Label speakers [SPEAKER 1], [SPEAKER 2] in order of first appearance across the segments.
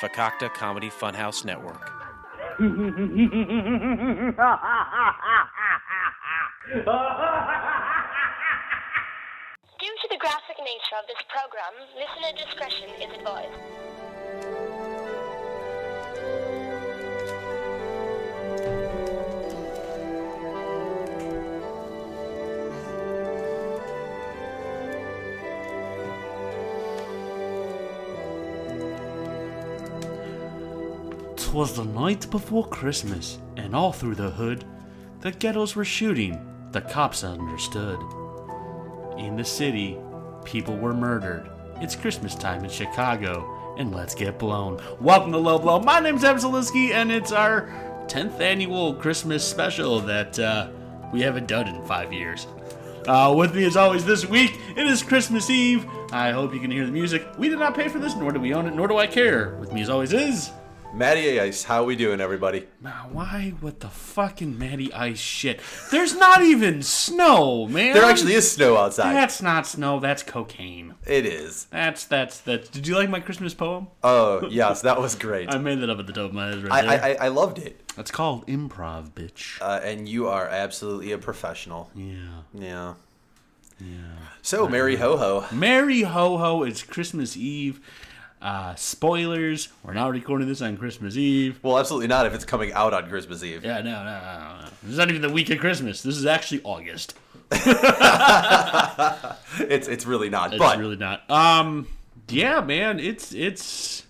[SPEAKER 1] Fakakta Comedy Funhouse Network.
[SPEAKER 2] Due to the graphic nature of this program, listener discretion is advised.
[SPEAKER 3] Twas the night before Christmas, and all through the hood, the ghettos were shooting, the cops understood. In the city, people were murdered. It's Christmas time in Chicago, and let's get blown. Welcome to Low Blow. My name's Evan Zaliski, and it's our 10th annual Christmas special that uh, we haven't done in five years. Uh, with me, as always, this week, it is Christmas Eve. I hope you can hear the music. We did not pay for this, nor do we own it, nor do I care. With me, as always, is.
[SPEAKER 4] Matty Ice, how we doing, everybody?
[SPEAKER 3] Man, why with the fucking Matty Ice shit? There's not even snow, man.
[SPEAKER 4] There actually is snow outside.
[SPEAKER 3] That's not snow. That's cocaine.
[SPEAKER 4] It is.
[SPEAKER 3] That's that's that's. Did you like my Christmas poem?
[SPEAKER 4] Oh yes, that was great.
[SPEAKER 3] I made that up at the top of my head
[SPEAKER 4] I,
[SPEAKER 3] right there.
[SPEAKER 4] I, I- I loved it,
[SPEAKER 3] It's called improv, bitch.
[SPEAKER 4] uh, and you are absolutely a professional.
[SPEAKER 3] yeah.
[SPEAKER 4] Yeah. Yeah. So, Mary Ho Ho.
[SPEAKER 3] Merry ho ho! It's Christmas Eve. Uh, spoilers. We're not recording this on Christmas Eve.
[SPEAKER 4] Well, absolutely not if it's coming out on Christmas Eve.
[SPEAKER 3] Yeah, no, no, no, no. This is not even the week of Christmas. This is actually August.
[SPEAKER 4] It's it's really not.
[SPEAKER 3] It's
[SPEAKER 4] but
[SPEAKER 3] really not. Um, yeah, man, it's it's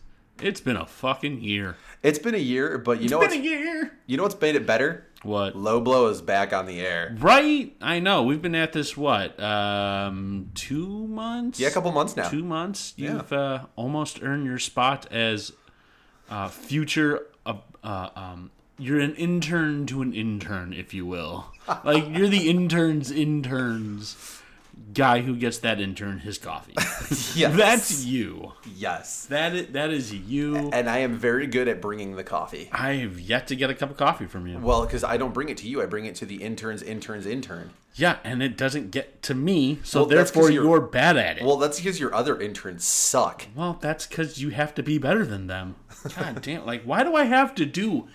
[SPEAKER 3] it's been a fucking year.
[SPEAKER 4] it's been a year. But you know
[SPEAKER 3] it's
[SPEAKER 4] what's,
[SPEAKER 3] been a year.
[SPEAKER 4] you know what's made it better?
[SPEAKER 3] What?
[SPEAKER 4] Low Blow is back on the air.
[SPEAKER 3] Right? I know. We've been at this what? Um, two months.
[SPEAKER 4] Yeah, a couple months now.
[SPEAKER 3] Two months.
[SPEAKER 4] Yeah.
[SPEAKER 3] You've uh, almost earned your spot as uh, future. Uh, uh, um, you're an intern to an intern, if you will. Like you're the intern's interns guy who gets that intern his coffee.
[SPEAKER 4] Yes.
[SPEAKER 3] That's you.
[SPEAKER 4] yes.
[SPEAKER 3] That is, that is you.
[SPEAKER 4] And I am very good at bringing the coffee.
[SPEAKER 3] I have yet to get a cup of coffee from you.
[SPEAKER 4] Well, because I don't bring it to you, I bring it to the interns, interns, intern.
[SPEAKER 3] yeah, and it doesn't get to me, so
[SPEAKER 4] Well, that's 'cause
[SPEAKER 3] therefore you're,
[SPEAKER 4] you're-
[SPEAKER 3] bad at it. Well,
[SPEAKER 4] Well, that's because your other interns suck.
[SPEAKER 3] that's because you have to be better than them. God damn! Like, why do I have to do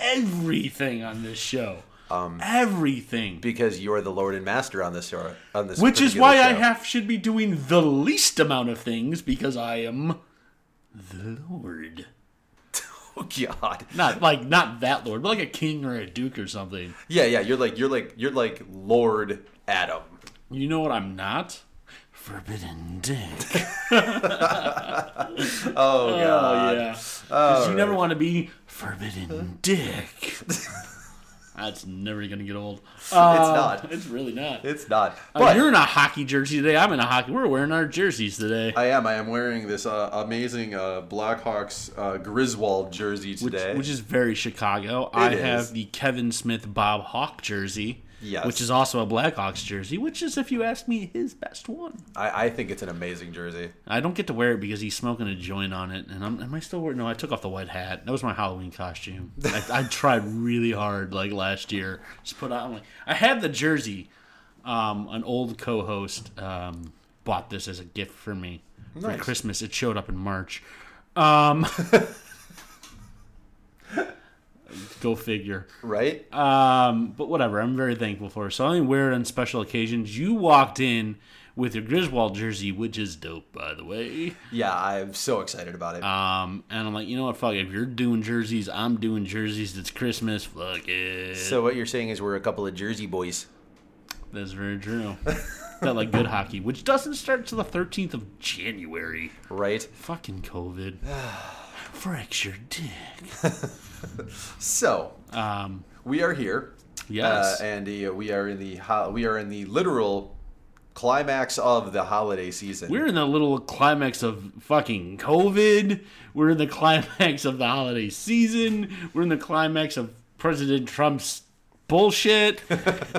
[SPEAKER 3] everything on this show? Um, everything.
[SPEAKER 4] because you're the Lord and Master on this show. On this,
[SPEAKER 3] Which is
[SPEAKER 4] particular
[SPEAKER 3] why I
[SPEAKER 4] show.
[SPEAKER 3] have should be doing the least amount of things because I am the Lord.
[SPEAKER 4] Oh God.
[SPEAKER 3] Not like not that Lord, but like a king or a duke or something.
[SPEAKER 4] Yeah, yeah. You're like you're like you're like Lord Adam.
[SPEAKER 3] You know what I'm not? Forbidden dick.
[SPEAKER 4] Oh God.
[SPEAKER 3] Oh yeah, because you never want to be forbidden dick. That's never gonna get old.
[SPEAKER 4] not.
[SPEAKER 3] It's really not.
[SPEAKER 4] It's not.
[SPEAKER 3] Uh,
[SPEAKER 4] But
[SPEAKER 3] you're in a hockey jersey today. I'm in a hockey. We're wearing our jerseys today.
[SPEAKER 4] I am. I am wearing this uh, amazing uh, Blackhawks uh, Griswold jersey
[SPEAKER 3] which,
[SPEAKER 4] today.
[SPEAKER 3] which is very Chicago. I
[SPEAKER 4] is.
[SPEAKER 3] have the Kevin Smith Bob Hawk jersey,
[SPEAKER 4] Yes.
[SPEAKER 3] which is also a Blackhawks jersey, which is, if you ask me, his best one.
[SPEAKER 4] I, I think it's an amazing jersey.
[SPEAKER 3] I don't get to wear it because he's smoking a joint on it, and I'm, am I still wearing? No, I took off the white hat. That was my Halloween costume. I, I tried really hard, like last year, just put on. Like I had the jersey. Um, an old co-host um, bought this as a gift for me
[SPEAKER 4] Nice.
[SPEAKER 3] for Christmas. It showed up in March. Um, go figure.
[SPEAKER 4] Right?
[SPEAKER 3] Um, but whatever, I'm very thankful for. it. So I only wear it on special occasions. You walked in with your Griswold jersey, which is dope, by the way.
[SPEAKER 4] yeah, I'm so excited about it.
[SPEAKER 3] Um, and I'm like, you know what, fuck. If you're doing jerseys, I'm doing jerseys. It's Christmas. Fuck it.
[SPEAKER 4] so what you're saying is we're a couple of Jersey boys.
[SPEAKER 3] That's very true. that like good hockey, which doesn't start till the 13th of January.
[SPEAKER 4] Right?
[SPEAKER 3] Fucking COVID. Fracture
[SPEAKER 4] Uh,
[SPEAKER 3] dick.
[SPEAKER 4] So
[SPEAKER 3] Um,
[SPEAKER 4] we are here.
[SPEAKER 3] yes.
[SPEAKER 4] Uh, and uh, we are in the ho- we are in the literal climax of the holiday season.
[SPEAKER 3] We're in the little climax of fucking COVID. We're in the climax of the holiday season. We're in the climax of President Trump's bullshit.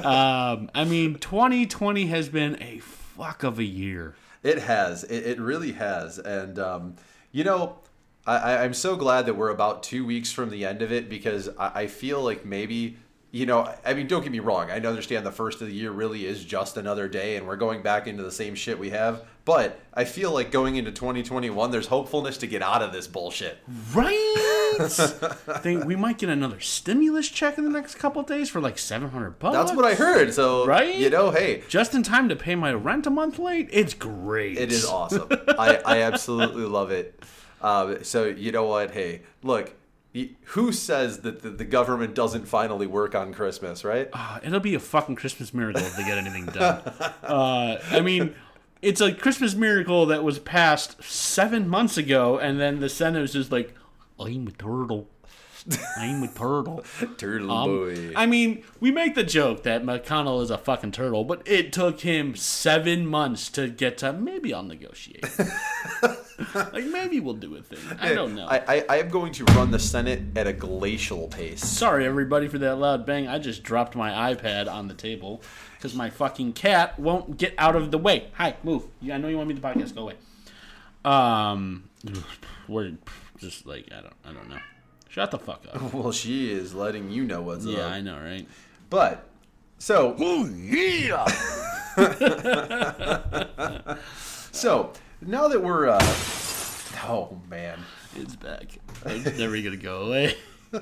[SPEAKER 3] um, I mean, 2020 has been a fuck of a year.
[SPEAKER 4] it has it, it really has, and um, you know. I, I- I'm so glad that we're about two weeks from the end of it because I, I feel like maybe you know, I mean, don't get me wrong. I understand the first of the year really is just another day, and we're going back into the same shit we have. But I feel like going into 2021, there's hopefulness to get out of this bullshit.
[SPEAKER 3] Right? I think we might get another stimulus check in the next couple of days for like 700 bucks.
[SPEAKER 4] That's what I heard. So,
[SPEAKER 3] Right?
[SPEAKER 4] you know, hey,
[SPEAKER 3] Just in time to pay my rent a month late? It's great. Uh,
[SPEAKER 4] It is awesome. I, I absolutely love it. Um, so you know what? Hey, look, y- who says that the, the government doesn't finally work on Christmas, right?
[SPEAKER 3] Uh, It'll be a fucking Christmas miracle if they get anything done. uh, I mean, it's a Christmas miracle that was passed seven months ago, and then the Senate was just like, I'm a turtle. I'm a turtle.
[SPEAKER 4] Turtle
[SPEAKER 3] Um,
[SPEAKER 4] boy.
[SPEAKER 3] I mean, we make the joke that McConnell is a fucking turtle, but it took him seven months to get to maybe I'll negotiate. like maybe we'll do a thing. I don't know.
[SPEAKER 4] I, I, I am going to run the Senate at a glacial pace.
[SPEAKER 3] Sorry, everybody, for that loud bang. I just dropped my iPad on the table because my fucking cat won't get out of the way. Hi, move. You- I know you want me to podcast. Go away. Um, we're just like I don't, I don't know. Shut the fuck up.
[SPEAKER 4] Well, she is letting you know what's
[SPEAKER 3] Yeah,
[SPEAKER 4] up.
[SPEAKER 3] I know, right?
[SPEAKER 4] But so so now that we're uh, oh man,
[SPEAKER 3] It's back. It's never gonna go away.
[SPEAKER 4] hey,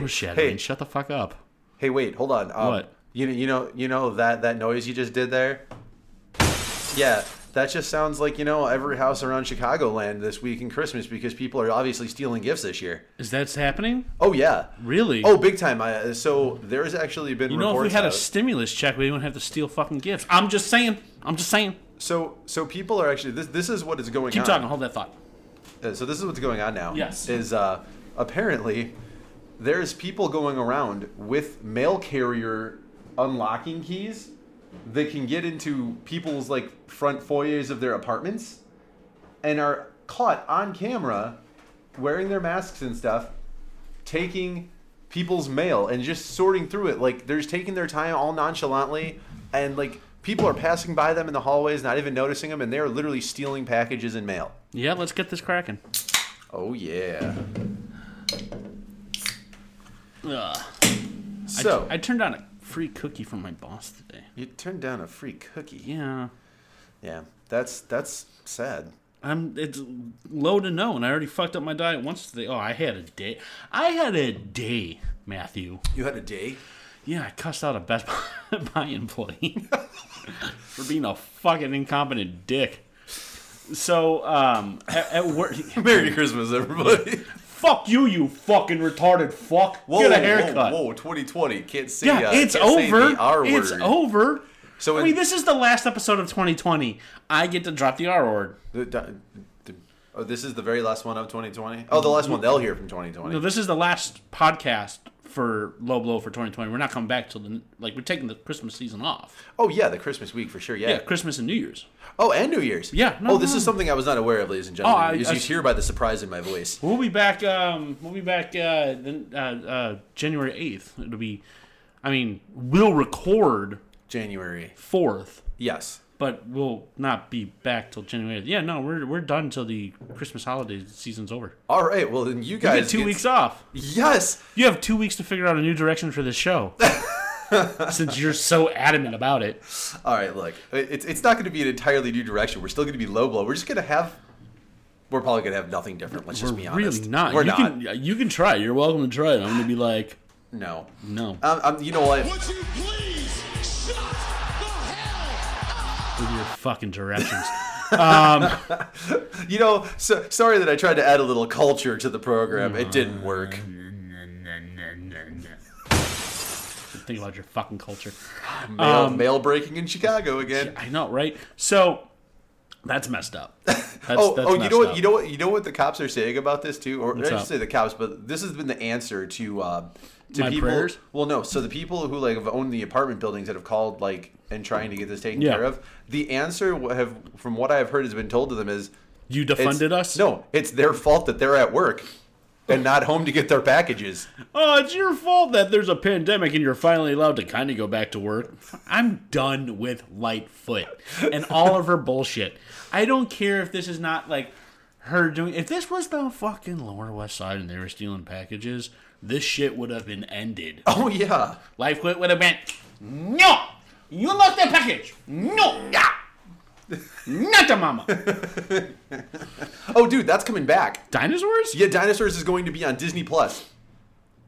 [SPEAKER 3] Foreshadowing.
[SPEAKER 4] hey,
[SPEAKER 3] Shut the fuck up.
[SPEAKER 4] hey, wait, hold on. Um,
[SPEAKER 3] What?
[SPEAKER 4] You know, you know, you know that that noise you just did there. Yeah, that just sounds like you know every house around Chicagoland this week in Christmas because people are obviously stealing gifts this year.
[SPEAKER 3] Is that happening?
[SPEAKER 4] Oh yeah.
[SPEAKER 3] Really?
[SPEAKER 4] Oh, big time! I, so there's actually been
[SPEAKER 3] you know, if
[SPEAKER 4] reports
[SPEAKER 3] we had a
[SPEAKER 4] out-
[SPEAKER 3] stimulus check, we wouldn't have to steal fucking gifts. I'm just saying. I'm just saying.
[SPEAKER 4] so so people are actually this this is what is going
[SPEAKER 3] Keep
[SPEAKER 4] on.
[SPEAKER 3] talking. Hold that thought.
[SPEAKER 4] Uh, so this is what's going on now.
[SPEAKER 3] Yes.
[SPEAKER 4] Is uh, apparently there's people going around with mail carrier unlocking keys that can get into people's like front foyers of their apartments and are caught on camera wearing their masks and stuff taking people's mail and just sorting through it like they're just taking their time all nonchalantly and like people are passing by them in the hallways not even noticing them and they're literally stealing packages and mail
[SPEAKER 3] Yeah, let's get this cracking.
[SPEAKER 4] Oh yeah.
[SPEAKER 3] Ugh.
[SPEAKER 4] So
[SPEAKER 3] I turned down a free cookie from my boss today.
[SPEAKER 4] you turned down a free cookie. Yeah.
[SPEAKER 3] Yeah.
[SPEAKER 4] that's that's sad.
[SPEAKER 3] I'm it's low to no and I already fucked up my diet once today. Oh, I had a day. I had a day, Matthew.
[SPEAKER 4] You had a day.
[SPEAKER 3] Yeah, I cussed out a Best Buy employee for being a fucking incompetent dick. So, um, at, at work,
[SPEAKER 4] Merry Christmas, everybody.
[SPEAKER 3] fuck you, you fucking retarded fuck. Get a haircut.
[SPEAKER 4] Whoa, 2020. Can't see.
[SPEAKER 3] Yeah,
[SPEAKER 4] uh,
[SPEAKER 3] it's
[SPEAKER 4] can't say
[SPEAKER 3] over.
[SPEAKER 4] the R
[SPEAKER 3] It's
[SPEAKER 4] word.
[SPEAKER 3] over.
[SPEAKER 4] So
[SPEAKER 3] I
[SPEAKER 4] in-
[SPEAKER 3] mean, this is the last episode of 2020. I get to drop the R word.
[SPEAKER 4] The- the- the- oh, this is the very last one of 2020. Oh, the last one they'll hear from 2020.
[SPEAKER 3] No, this is the last podcast for Low Blow for 2020. We're not coming back till the like we're taking the Christmas season off.
[SPEAKER 4] oh yeah, the Christmas week for sure. Yeah.
[SPEAKER 3] Yeah, Christmas and New Year's.
[SPEAKER 4] Oh, and New Year's.
[SPEAKER 3] Yeah, no,
[SPEAKER 4] oh, this
[SPEAKER 3] no.
[SPEAKER 4] is something I was not aware of, ladies and gentlemen.
[SPEAKER 3] Oh, I-
[SPEAKER 4] you
[SPEAKER 3] I-
[SPEAKER 4] you hear by the surprise in my voice.
[SPEAKER 3] We'll be back. Um, we'll be back. Uh, then uh, uh, January eighth. It'll be. I mean, we'll record
[SPEAKER 4] January.
[SPEAKER 3] fourth,
[SPEAKER 4] Yes.
[SPEAKER 3] but we'll not be back till January. 8th. Yeah, no, we're we're done till the Christmas holiday season's over.
[SPEAKER 4] All right. Well, then you
[SPEAKER 3] You
[SPEAKER 4] guys
[SPEAKER 3] get two
[SPEAKER 4] get-
[SPEAKER 3] weeks off.
[SPEAKER 4] Yes.
[SPEAKER 3] You have two weeks to figure out a new direction for this show. Since you're so adamant about it,
[SPEAKER 4] All right, look, it's it's not going to be an entirely new direction. We're still going to be low blow. We're just going to have. We're probably going to have nothing different. Let's just be
[SPEAKER 3] we're
[SPEAKER 4] honest.
[SPEAKER 3] really not.
[SPEAKER 4] We're
[SPEAKER 3] you
[SPEAKER 4] not.
[SPEAKER 3] Can, you can try. You're welcome to try it. I'm gonna be like,
[SPEAKER 4] No.
[SPEAKER 3] no.
[SPEAKER 4] Um, um, you know what?
[SPEAKER 5] Would you please shut the hell up?
[SPEAKER 3] with your fucking directions.
[SPEAKER 4] You know, so, sorry that I tried to add a little culture to the program. It didn't work.
[SPEAKER 3] Mm-hmm. Think about your fucking culture.
[SPEAKER 4] Mail,
[SPEAKER 3] Um,
[SPEAKER 4] mail breaking in Chicago again.
[SPEAKER 3] I know, right? So that's messed up. That's,
[SPEAKER 4] Oh,
[SPEAKER 3] that's
[SPEAKER 4] oh, you
[SPEAKER 3] messed
[SPEAKER 4] know what?
[SPEAKER 3] up.
[SPEAKER 4] You know what? You know what the cops are saying about this too, or I should
[SPEAKER 3] up?
[SPEAKER 4] say the cops, but this has been the answer to uh, to
[SPEAKER 3] My
[SPEAKER 4] people.
[SPEAKER 3] prayers?
[SPEAKER 4] Well, no. So the people who like have owned the apartment buildings that have called like and trying to get this taken
[SPEAKER 3] Yeah.
[SPEAKER 4] care of, the answer wha- have from what I have heard has been told to them is
[SPEAKER 3] you
[SPEAKER 4] it's-
[SPEAKER 3] defunded us.
[SPEAKER 4] No, it's their fault that they're at work and not home to get their packages.
[SPEAKER 3] Oh, it's your fault that there's a pandemic and you're finally allowed to kind of go back to work. I'm done with Lightfoot and all of her bullshit. I don't care if this is not like her doing. If this was the fucking Lower West Side and they were stealing packages, this shit would have been ended.
[SPEAKER 4] Oh yeah.
[SPEAKER 3] Life quit would have been no. You lost the package. No. Yeah. Not the mama.
[SPEAKER 4] Oh dude, that's coming back.
[SPEAKER 3] Dinosaurs?
[SPEAKER 4] Yeah, Dinosaurs is going to be on Disney Plus.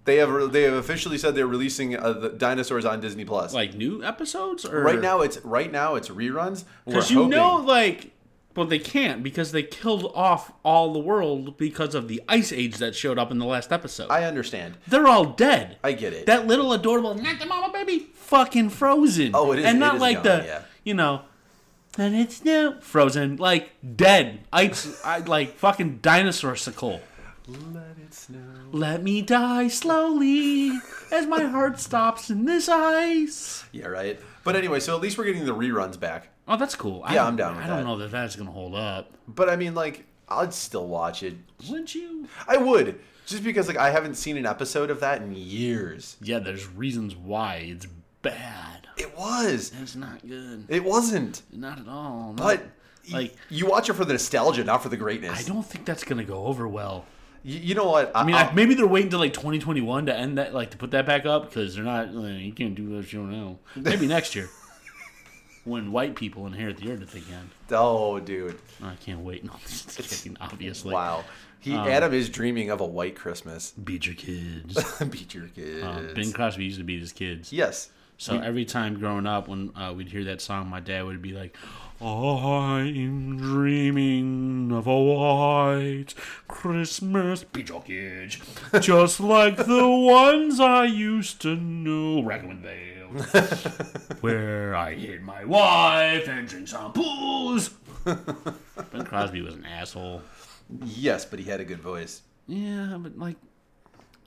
[SPEAKER 4] They have they have officially said they're releasing uh, the Dinosaurs on Disney Plus.
[SPEAKER 3] Like new episodes or
[SPEAKER 4] right now it's right now it's reruns. We're
[SPEAKER 3] Because you
[SPEAKER 4] hoping-
[SPEAKER 3] know, like, well, they can't because they killed off all the world because of the ice age that showed up in the last episode.
[SPEAKER 4] I understand.
[SPEAKER 3] They're all dead.
[SPEAKER 4] I get it.
[SPEAKER 3] that little adorable, not the mama baby, fucking frozen.
[SPEAKER 4] Oh, it is-
[SPEAKER 3] and
[SPEAKER 4] it
[SPEAKER 3] not
[SPEAKER 4] is
[SPEAKER 3] like
[SPEAKER 4] gone,
[SPEAKER 3] the,
[SPEAKER 4] yeah.
[SPEAKER 3] you know, and it's new frozen, like dead. Ice, I like fucking dinosaur sickle.
[SPEAKER 4] Let it snow.
[SPEAKER 3] Let me die slowly as my heart stops in this ice.
[SPEAKER 4] Yeah, right. But anyway, so at least we're getting the reruns back.
[SPEAKER 3] Oh, that's cool. I
[SPEAKER 4] Yeah,
[SPEAKER 3] don't-
[SPEAKER 4] I'm down with
[SPEAKER 3] I don't
[SPEAKER 4] that.
[SPEAKER 3] know that that's gonna hold up.
[SPEAKER 4] But I mean, like, I'd still watch it.
[SPEAKER 3] Wouldn't you?
[SPEAKER 4] I would, just because like I haven't seen an episode of that in years.
[SPEAKER 3] Yeah, there's reasons why it's bad.
[SPEAKER 4] It was.
[SPEAKER 3] It's not good.
[SPEAKER 4] It wasn't.
[SPEAKER 3] Not at all. no.
[SPEAKER 4] But
[SPEAKER 3] like,
[SPEAKER 4] like, you watch it for the nostalgia, not for the greatness.
[SPEAKER 3] I don't think that's gonna go over well.
[SPEAKER 4] You, you know what?
[SPEAKER 3] I mean,
[SPEAKER 4] I'll-
[SPEAKER 3] like, maybe they're waiting till like 2021 to end that, like to put that back up because they're not. Like, you can't do this. You don't know. Maybe next year, when white people inherit the earth again.
[SPEAKER 4] oh, dude!
[SPEAKER 3] I can't wait. No, just kidding. Obviously,
[SPEAKER 4] Wow. He
[SPEAKER 3] um,
[SPEAKER 4] Adam is dreaming of a white Christmas.
[SPEAKER 3] Beat your kids.
[SPEAKER 4] Beat your kids.
[SPEAKER 3] Um, ben Crosby used to beat his kids.
[SPEAKER 4] yes.
[SPEAKER 3] So every time growing up, when uh, we'd hear that song, my dad would be like, "I'm dreaming of a white Christmas pigeon just like the ones I used to know, Raglan Vale, where I hid my wife and drink some booze." ben Crosby was an asshole.
[SPEAKER 4] Yes, but he had a good voice.
[SPEAKER 3] Yeah, but like,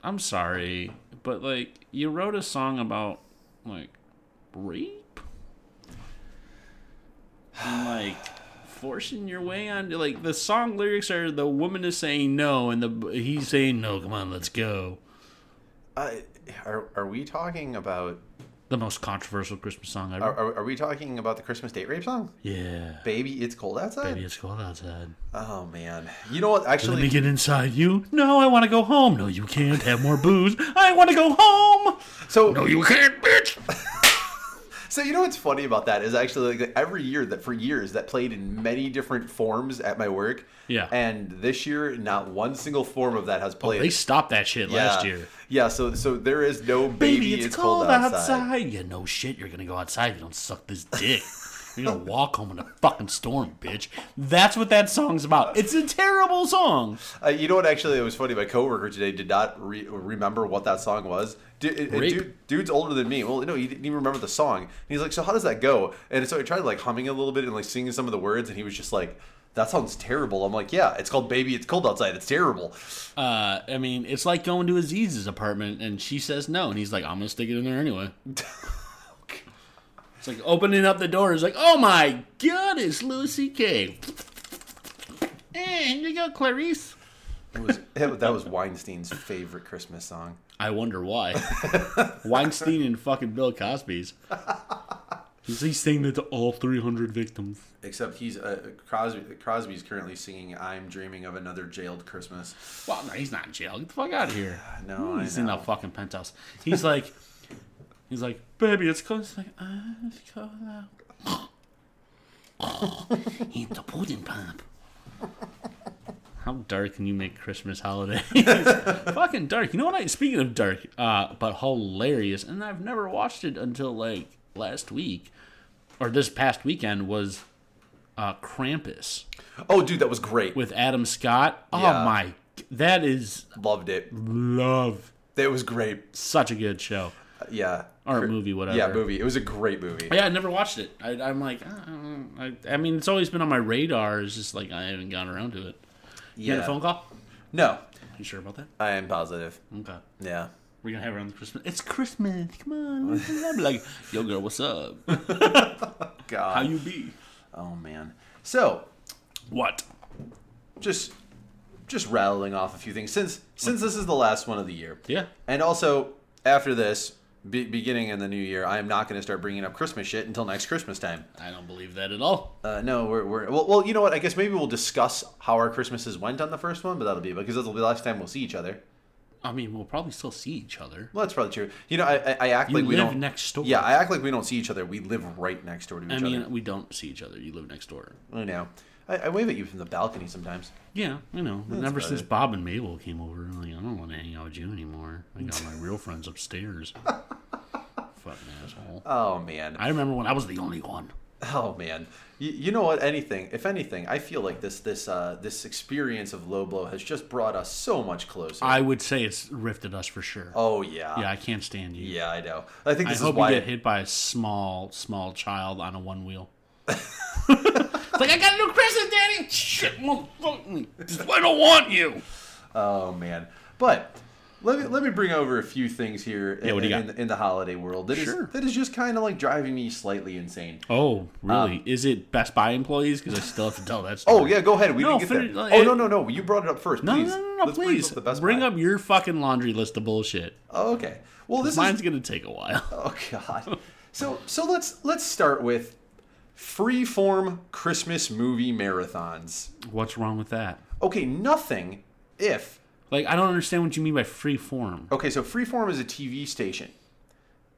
[SPEAKER 3] I'm sorry, but like, you wrote a song about like rape, and like forcing your way on. Like the song lyrics are the woman is saying no, and the he's saying no. Come on, let's go.
[SPEAKER 4] Uh, are are we talking about?
[SPEAKER 3] The most controversial Christmas song ever.
[SPEAKER 4] Are, are, are we talking about the Christmas date rape song?
[SPEAKER 3] yeah.
[SPEAKER 4] Baby, it's cold outside.
[SPEAKER 3] Baby, it's cold outside.
[SPEAKER 4] Oh man, you know what?
[SPEAKER 3] Let me
[SPEAKER 4] Actually,
[SPEAKER 3] get inside you. No, I want to go home. No, you can't have more booze. I want to go home.
[SPEAKER 4] so
[SPEAKER 3] No, you can't, bitch.
[SPEAKER 4] so you know what's funny about that is actually like every year that for years that played in many different forms at my work.
[SPEAKER 3] Yeah. Oh,
[SPEAKER 4] And this year, not one single form of that has played.
[SPEAKER 3] They stopped that shit
[SPEAKER 4] yeah.
[SPEAKER 3] last year.
[SPEAKER 4] Yeah. So so there is no baby.
[SPEAKER 3] Baby,
[SPEAKER 4] it's, cold, outside.
[SPEAKER 3] Yeah, no shit. You're gonna go outside if you don't suck this dick. You're gonna walk home in a fucking storm, bitch. That's what that song's about. It's a terrible song.
[SPEAKER 4] Uh, you know what? Actually, it was funny. My coworker today did not re- remember what that song was. Du- uh, uh,
[SPEAKER 3] Rape.
[SPEAKER 4] dude, dude's older than me. Well, no, he didn't even remember the song. And he's like, "So how does that go?" And so I tried like humming a little bit and like singing some of the words, and he was just like, "That sounds terrible." I'm like, "Yeah, it's called Baby. It's cold outside. It's terrible."
[SPEAKER 3] Uh, I mean, it's like going to Aziz's apartment and she says no, and he's like, "I'm gonna stick it in there anyway." It's like opening up the door. It's like, "Oh my god, it's Lucy K." And you go, Clarice.
[SPEAKER 4] It was that was Weinstein's favorite Christmas song.
[SPEAKER 3] I wonder why. Weinstein and fucking Bill Cosby's. Is he saying that to all 300 victims?
[SPEAKER 4] Except he's uh, Crosby. Crosby's currently singing "I'm Dreaming of Another Jailed Christmas."
[SPEAKER 3] Well, no, he's not in jail. Get the fuck out of here.
[SPEAKER 4] No,
[SPEAKER 3] He's
[SPEAKER 4] I
[SPEAKER 3] in
[SPEAKER 4] know.
[SPEAKER 3] a fucking penthouse. He's like, he's like, baby, it's cold. It's like, "Ah, it's cold out. Eat the pudding pop. How dark can you make Christmas holidays? fucking dark. You know what? I speaking of dark, uh, but hilarious, and I've never watched it until like last week or this past weekend was uh, Krampus
[SPEAKER 4] Oh, dude, that was great.
[SPEAKER 3] with Adam Scott. Oh
[SPEAKER 4] Yeah.
[SPEAKER 3] my, that is
[SPEAKER 4] Loved it.
[SPEAKER 3] love.
[SPEAKER 4] That was great.
[SPEAKER 3] Such a good show.
[SPEAKER 4] Yeah.
[SPEAKER 3] Or
[SPEAKER 4] Cr-
[SPEAKER 3] movie, whatever.
[SPEAKER 4] Yeah, movie. It was a great movie.
[SPEAKER 3] But uh, yeah, I never watched it. I, I'm like, I, don't know. I, I mean, it's always been on my radar. It's just like I haven't gotten around to it. You had
[SPEAKER 4] Yeah.
[SPEAKER 3] a phone call?
[SPEAKER 4] No,
[SPEAKER 3] You sure about that?
[SPEAKER 4] I am positive.
[SPEAKER 3] Okay.
[SPEAKER 4] Yeah.
[SPEAKER 3] We're gonna have it on Christmas. It's Christmas. Come on. I'm like, yo, girl, what's up?
[SPEAKER 4] God.
[SPEAKER 3] How you be?
[SPEAKER 4] oh man. So
[SPEAKER 3] What?
[SPEAKER 4] just just rattling off a few things since since this is the last one of the year.
[SPEAKER 3] Yeah.
[SPEAKER 4] And also after this. Be- beginning in the new year, I am not going to start bringing up Christmas shit until next Christmas time.
[SPEAKER 3] I don't believe that at all.
[SPEAKER 4] Uh, no, we're, we're well, well, you know what? I guess maybe we'll discuss how our Christmases went on the first one, but that'll be because that'll be the last time we'll see each other.
[SPEAKER 3] I mean, we'll probably still see each other.
[SPEAKER 4] Well, that's probably true. You know, I, I, I act
[SPEAKER 3] You
[SPEAKER 4] like we
[SPEAKER 3] live
[SPEAKER 4] don't
[SPEAKER 3] next door.
[SPEAKER 4] Yeah, I act like we don't see each other. We live right next door to each
[SPEAKER 3] I
[SPEAKER 4] other.
[SPEAKER 3] mean, we don't see each other. You live next door.
[SPEAKER 4] I know. I, I wave at you from the balcony sometimes.
[SPEAKER 3] Yeah, I know. But ever
[SPEAKER 4] about
[SPEAKER 3] since
[SPEAKER 4] it.
[SPEAKER 3] Bob and Mabel came over, I'm like, I don't want to hang out with you anymore. I got my real friends upstairs. Fucking asshole.
[SPEAKER 4] Oh man.
[SPEAKER 3] I remember when I was the only one.
[SPEAKER 4] Oh man. You, you know what? Anything, if anything, I feel like this this uh, this experience of low blow has just brought us so much closer.
[SPEAKER 3] I would say it's rifted us for sure.
[SPEAKER 4] oh yeah.
[SPEAKER 3] yeah, I can't stand you.
[SPEAKER 4] Yeah, I know. I think
[SPEAKER 3] I
[SPEAKER 4] this is
[SPEAKER 3] hope you
[SPEAKER 4] why.
[SPEAKER 3] get hit by a small, small child on a one wheel. it's like I got no Christmas, Daddy. Shit, won't fuck me. This is why I don't want you.
[SPEAKER 4] Oh man. But let me let me bring over a few things here.
[SPEAKER 3] Yeah,
[SPEAKER 4] in,
[SPEAKER 3] what do you
[SPEAKER 4] in,
[SPEAKER 3] got?
[SPEAKER 4] in the holiday world that is
[SPEAKER 3] Sure.
[SPEAKER 4] that is just kind of like driving me slightly insane.
[SPEAKER 3] Oh, really? is it Best Buy employees? Because I still have to tell that story.
[SPEAKER 4] Oh yeah, go ahead. We
[SPEAKER 3] No,
[SPEAKER 4] didn't get
[SPEAKER 3] finish-
[SPEAKER 4] there.
[SPEAKER 3] uh,
[SPEAKER 4] Oh no no no! You brought it up first.
[SPEAKER 3] No,
[SPEAKER 4] please.
[SPEAKER 3] no, no, no,
[SPEAKER 4] Let's
[SPEAKER 3] please.
[SPEAKER 4] Bring up the best.
[SPEAKER 3] Bring
[SPEAKER 4] Buy.
[SPEAKER 3] up your fucking laundry list of bullshit.
[SPEAKER 4] Oh, okay. Well, this
[SPEAKER 3] Mine's
[SPEAKER 4] is.
[SPEAKER 3] going to take a while.
[SPEAKER 4] Oh God. So so let's let's start with freeform Christmas movie marathons.
[SPEAKER 3] What's wrong with that?
[SPEAKER 4] Okay, nothing. If
[SPEAKER 3] Like, I don't understand what you mean by free form.
[SPEAKER 4] okay, so freeform is a TV station,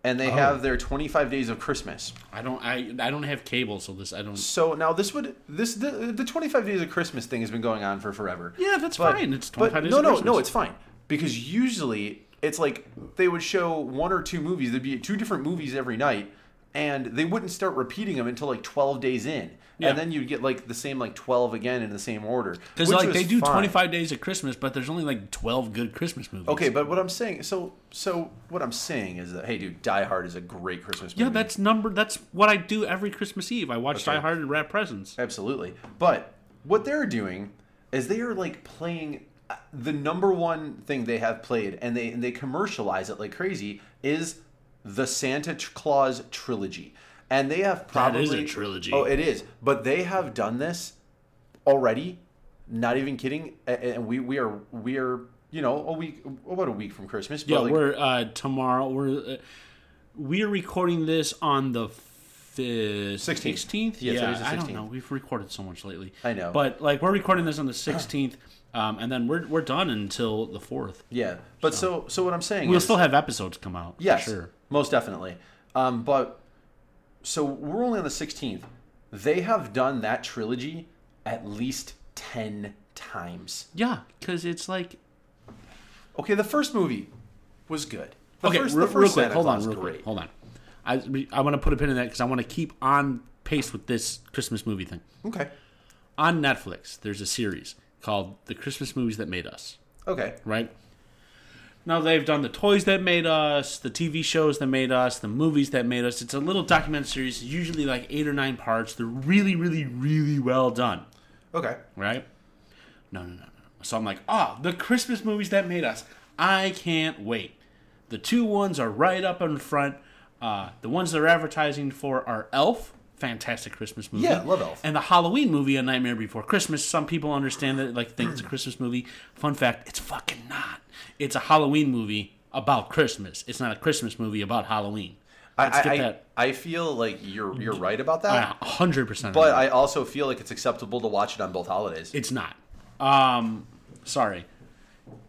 [SPEAKER 4] and they have their 25 days of Christmas.
[SPEAKER 3] I don't. I I don't have cable, so this I don't.
[SPEAKER 4] So now this would this the, the 25 days of Christmas thing has been going on for forever.
[SPEAKER 3] Yeah, that's
[SPEAKER 4] But-
[SPEAKER 3] fine. It's
[SPEAKER 4] but
[SPEAKER 3] 25 days
[SPEAKER 4] no,
[SPEAKER 3] of
[SPEAKER 4] no,
[SPEAKER 3] Christmas.
[SPEAKER 4] no. It's fine because usually it's like they would show one or two movies. There'd be two different movies every night, and they wouldn't start repeating them until like 12 days in,
[SPEAKER 3] Yeah.
[SPEAKER 4] and then you'd get like the same like 12 again in the same order.
[SPEAKER 3] Because
[SPEAKER 4] which
[SPEAKER 3] like
[SPEAKER 4] was
[SPEAKER 3] they do
[SPEAKER 4] fine.
[SPEAKER 3] 25 days of Christmas, but there's only like 12 good Christmas movies.
[SPEAKER 4] Okay, but what I'm saying, so so what I'm saying is that hey, dude, Die Hard is a great Christmas movie.
[SPEAKER 3] yeah, that's number. That's what I do every Christmas Eve. I watch Die Hard and wrap presents.
[SPEAKER 4] Absolutely. But what they're doing is they are like playing uh, the number one thing they have played and they and they commercialize it like crazy is the Santa Tr- Claus trilogy. And they have
[SPEAKER 3] That
[SPEAKER 4] probably
[SPEAKER 3] is a trilogy.
[SPEAKER 4] Oh, it is. But they have done this already. Not even kidding. A- And we we are we are you know a week about a week from Christmas. But
[SPEAKER 3] Yeah,
[SPEAKER 4] like,
[SPEAKER 3] we're uh, tomorrow. We're uh, we're recording this on the sixteenth.
[SPEAKER 4] 16th. Yeah,
[SPEAKER 3] Yeah,
[SPEAKER 4] today's the
[SPEAKER 3] I don't
[SPEAKER 4] 16th.
[SPEAKER 3] know. We've recorded so much lately.
[SPEAKER 4] I know.
[SPEAKER 3] but like we're recording this on the sixteenth, um, and then we're we're done until the fourth.
[SPEAKER 4] yeah. But so so what I'm saying
[SPEAKER 3] We'll
[SPEAKER 4] is,
[SPEAKER 3] still have episodes come out. for
[SPEAKER 4] Yes,
[SPEAKER 3] sure.
[SPEAKER 4] most definitely. Um, but so we're only on the 16th. They have done that trilogy at least 10 times.
[SPEAKER 3] Yeah, because it's like
[SPEAKER 4] Okay, the first movie was good. The
[SPEAKER 3] okay,
[SPEAKER 4] first,
[SPEAKER 3] real,
[SPEAKER 4] the
[SPEAKER 3] real
[SPEAKER 4] first
[SPEAKER 3] quick,
[SPEAKER 4] Santa
[SPEAKER 3] hold on,
[SPEAKER 4] Claus,
[SPEAKER 3] real quick,
[SPEAKER 4] great.
[SPEAKER 3] hold on. I I want to put a pin in that because I want to keep on pace with this Christmas movie thing.
[SPEAKER 4] Okay,
[SPEAKER 3] On Netflix, there's a series called "The Christmas Movies That Made Us."
[SPEAKER 4] okay,
[SPEAKER 3] right? Now they've done the toys that made us, the TV shows that made us, the movies that made us. It's a little documentary series, usually like eight or nine parts. They're really, really, really well done,
[SPEAKER 4] okay.
[SPEAKER 3] right? No, no, no, no. So I'm like, oh, the Christmas movies that made us. I can't wait. The two ones are right up in front. Uh, the ones they're advertising for are Elf, fantastic Christmas movie.
[SPEAKER 4] Yeah, love Elf.
[SPEAKER 3] And the Halloween movie, A Nightmare Before Christmas. Some people understand that, like, think it's a
[SPEAKER 4] Mm.
[SPEAKER 3] Christmas movie. Fun fact: it's fucking not. It's a Halloween movie about Christmas. It's not a Christmas movie about Halloween.
[SPEAKER 4] I,
[SPEAKER 3] Let's get
[SPEAKER 4] I, I,
[SPEAKER 3] that.
[SPEAKER 4] I feel like you're you're right about that,
[SPEAKER 3] A hundred percent.
[SPEAKER 4] Uh, but I also feel like it's acceptable to watch it on both holidays.
[SPEAKER 3] It's not. Um, sorry.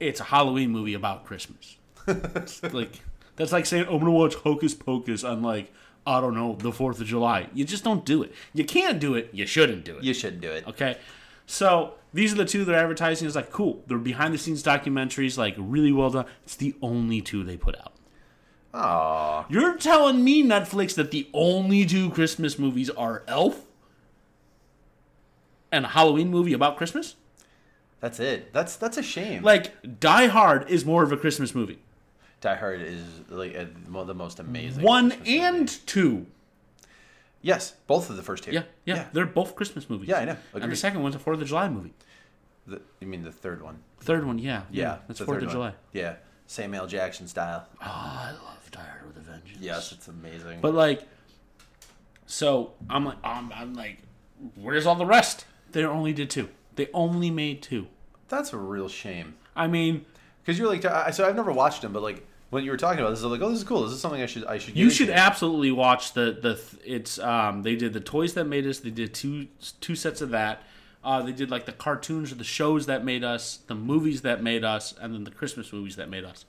[SPEAKER 3] It's a Halloween movie about Christmas. It's like that's like saying I'm gonna watch Hocus Pocus on like I don't know the Fourth of July. You just don't do it. You can't do it. You shouldn't do it.
[SPEAKER 4] you shouldn't do it.
[SPEAKER 3] Okay. So these are the two they're advertising. It's like cool. They're behind the scenes documentaries, like really well done. It's the only two they put out.
[SPEAKER 4] Aw,
[SPEAKER 3] You're telling me Netflix that the only two Christmas movies are Elf and a Halloween movie about Christmas?
[SPEAKER 4] that's it. That's that's a shame.
[SPEAKER 3] Like Die Hard is more of a Christmas movie.
[SPEAKER 4] Die Hard is like a, mo- the most amazing.
[SPEAKER 3] One
[SPEAKER 4] Christmas movie.
[SPEAKER 3] and two.
[SPEAKER 4] Yes, both of the first two.
[SPEAKER 3] Yeah, yeah, they're both Christmas movies.
[SPEAKER 4] Yeah, I know.
[SPEAKER 3] And
[SPEAKER 4] Agreed.
[SPEAKER 3] the second one's a Fourth of July movie.
[SPEAKER 4] The, you mean the third one?
[SPEAKER 3] Third one, yeah,
[SPEAKER 4] Yeah,
[SPEAKER 3] that's
[SPEAKER 4] the
[SPEAKER 3] Fourth
[SPEAKER 4] third
[SPEAKER 3] of
[SPEAKER 4] one.
[SPEAKER 3] July.
[SPEAKER 4] Yeah, Samuel L. Jackson style.
[SPEAKER 3] Ah, I love Die Hard with a Vengeance.
[SPEAKER 4] Yes, it's amazing.
[SPEAKER 3] but like, so I'm like, I'm, I'm like, where's all the rest? They only did two. They only made two.
[SPEAKER 4] that's a real shame
[SPEAKER 3] I mean,
[SPEAKER 4] because you're like, I, so I've never watched them, but like when you were talking about this, I was like, oh, this is cool. This is something I should, I should. Get
[SPEAKER 3] You should
[SPEAKER 4] into.
[SPEAKER 3] absolutely watch the the th- it's um they did the toys that made us. They did two two sets of that. Uh, they did like the cartoons or the shows that made us, the movies that made us, and then the Christmas movies that made us.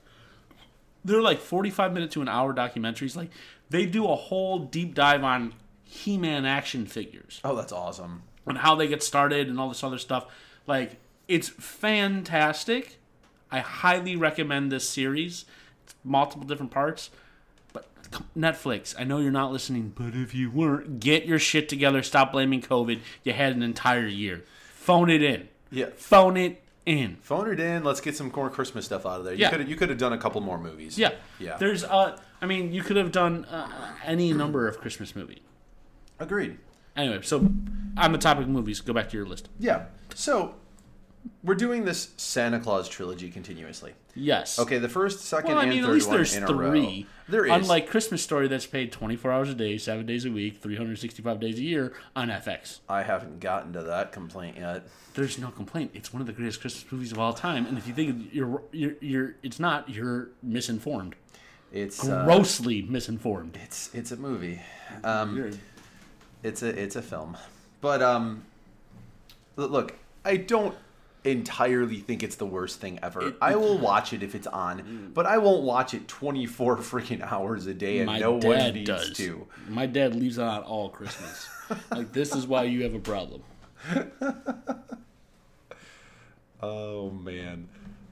[SPEAKER 3] They're like 45 minute to an hour documentaries. Like they do a whole deep dive on He Man action figures
[SPEAKER 4] Oh, that's awesome.
[SPEAKER 3] and how they get started and all this other stuff. Like it's fantastic. I highly recommend this series. It's multiple different parts. But come- Netflix, I know you're not listening, but if you weren't, get your shit together. Stop blaming COVID. You had an entire year. Phone it in.
[SPEAKER 4] Yeah.
[SPEAKER 3] Phone it in.
[SPEAKER 4] Phone it in. Let's get some more Christmas stuff out of there. You
[SPEAKER 3] Yeah.
[SPEAKER 4] could you could have done a couple more movies.
[SPEAKER 3] Yeah.
[SPEAKER 4] Yeah.
[SPEAKER 3] There's uh I mean, you could have done uh, any number of Christmas movie.
[SPEAKER 4] Agreed.
[SPEAKER 3] Anyway, so on the topic of movies, go back to your list.
[SPEAKER 4] Yeah. So we're doing this Santa Claus trilogy continuously.
[SPEAKER 3] Yes.
[SPEAKER 4] Okay, the first, second,
[SPEAKER 3] Well, I
[SPEAKER 4] and
[SPEAKER 3] mean,
[SPEAKER 4] third
[SPEAKER 3] at least
[SPEAKER 4] one
[SPEAKER 3] there's
[SPEAKER 4] in
[SPEAKER 3] three.
[SPEAKER 4] a row. There is.
[SPEAKER 3] Unlike Christmas Story, that's paid 24 hours a day, seven days a week, 365 days a year on FX.
[SPEAKER 4] I haven't gotten to that complaint yet.
[SPEAKER 3] There's no complaint. It's one of the greatest Christmas movies of all time, and if you think you're you're, you're it's not, you're misinformed,
[SPEAKER 4] It's uh,
[SPEAKER 3] grossly misinformed.
[SPEAKER 4] It's it's a movie. Um, it's a it's a film. But um, l- look, I don't entirely think it's the worst thing ever. I will watch it if it's on, but I won't watch it 24 freaking hours a day and
[SPEAKER 3] My
[SPEAKER 4] no one
[SPEAKER 3] dad
[SPEAKER 4] needs
[SPEAKER 3] does.
[SPEAKER 4] to.
[SPEAKER 3] My dad leaves it on all Christmas. like this is why you have a problem.
[SPEAKER 4] Oh man.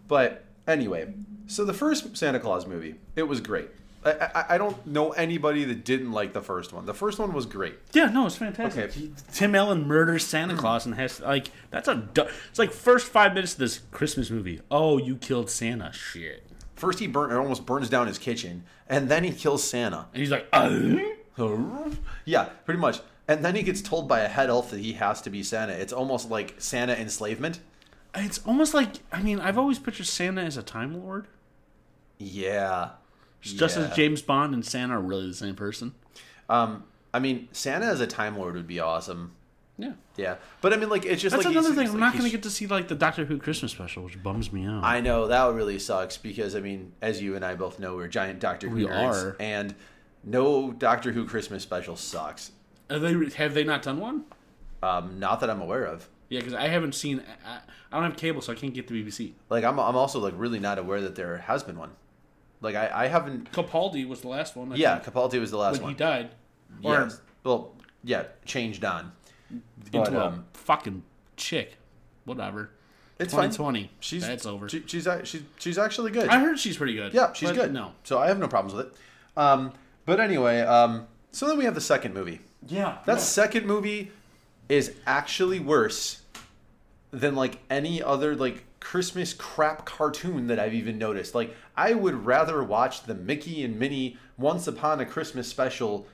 [SPEAKER 4] But anyway, so the first Santa Claus movie, it was great. I, I, I don't know anybody that didn't like the first one. The first one was great.
[SPEAKER 3] Yeah, no, it's fantastic.
[SPEAKER 4] Okay.
[SPEAKER 3] Tim Allen murders Santa Claus and has like that's a du- it's like first five minutes of this Christmas movie. Oh, you killed Santa, shit.
[SPEAKER 4] First he burn, almost burns down his kitchen, and then he kills Santa.
[SPEAKER 3] And he's like, "Uh?"
[SPEAKER 4] Yeah, pretty much. And then he gets told by a head elf that he has to be Santa. It's almost like Santa enslavement.
[SPEAKER 3] it's almost like I mean I've always pictured Santa as a time lord,
[SPEAKER 4] Yeah.
[SPEAKER 3] just
[SPEAKER 4] Yeah.
[SPEAKER 3] as James Bond and Santa are really the same person.
[SPEAKER 4] Um, I mean, Santa as a Time Lord would be awesome.
[SPEAKER 3] Yeah,
[SPEAKER 4] Yeah. But I mean, like, it's just
[SPEAKER 3] that's
[SPEAKER 4] like.
[SPEAKER 3] another
[SPEAKER 4] he's-
[SPEAKER 3] thing.
[SPEAKER 4] it's
[SPEAKER 3] I'm
[SPEAKER 4] like
[SPEAKER 3] not going to
[SPEAKER 4] he's-
[SPEAKER 3] get to see like the Doctor Who Christmas special, which bums me out.
[SPEAKER 4] I know that really sucks because I mean, as you and I both know, we're giant Doctor Who
[SPEAKER 3] We
[SPEAKER 4] nerds,
[SPEAKER 3] are.
[SPEAKER 4] and no Doctor Who Christmas special sucks.
[SPEAKER 3] Have they have they not done one?
[SPEAKER 4] Um, not that I'm aware of.
[SPEAKER 3] Yeah, because I haven't seen. I, I don't have cable, so I can't get the BBC.
[SPEAKER 4] Like, I'm I'm also like really not aware that there has been one. Like, I I haven't.
[SPEAKER 3] Capaldi was the last one. I
[SPEAKER 4] Yeah,
[SPEAKER 3] think,
[SPEAKER 4] Capaldi was the last
[SPEAKER 3] when
[SPEAKER 4] one.
[SPEAKER 3] he died. Or
[SPEAKER 4] Yes. Well, yeah, changed on. But,
[SPEAKER 3] into
[SPEAKER 4] um,
[SPEAKER 3] a fucking chick. Whatever.
[SPEAKER 4] It's fine.
[SPEAKER 3] 2020.
[SPEAKER 4] She's
[SPEAKER 3] that's over.
[SPEAKER 4] She, she's ac- she's she's actually good.
[SPEAKER 3] I heard she's pretty good.
[SPEAKER 4] yeah, she's
[SPEAKER 3] but
[SPEAKER 4] good.
[SPEAKER 3] No.
[SPEAKER 4] so I have no problems with it. Um, but anyway, um, so then we have the second movie.
[SPEAKER 3] Yeah.
[SPEAKER 4] That second movie is actually worse than like any other like Christmas crap cartoon that I've even noticed. Like I would rather watch the Mickey and Minnie Once Upon a Christmas special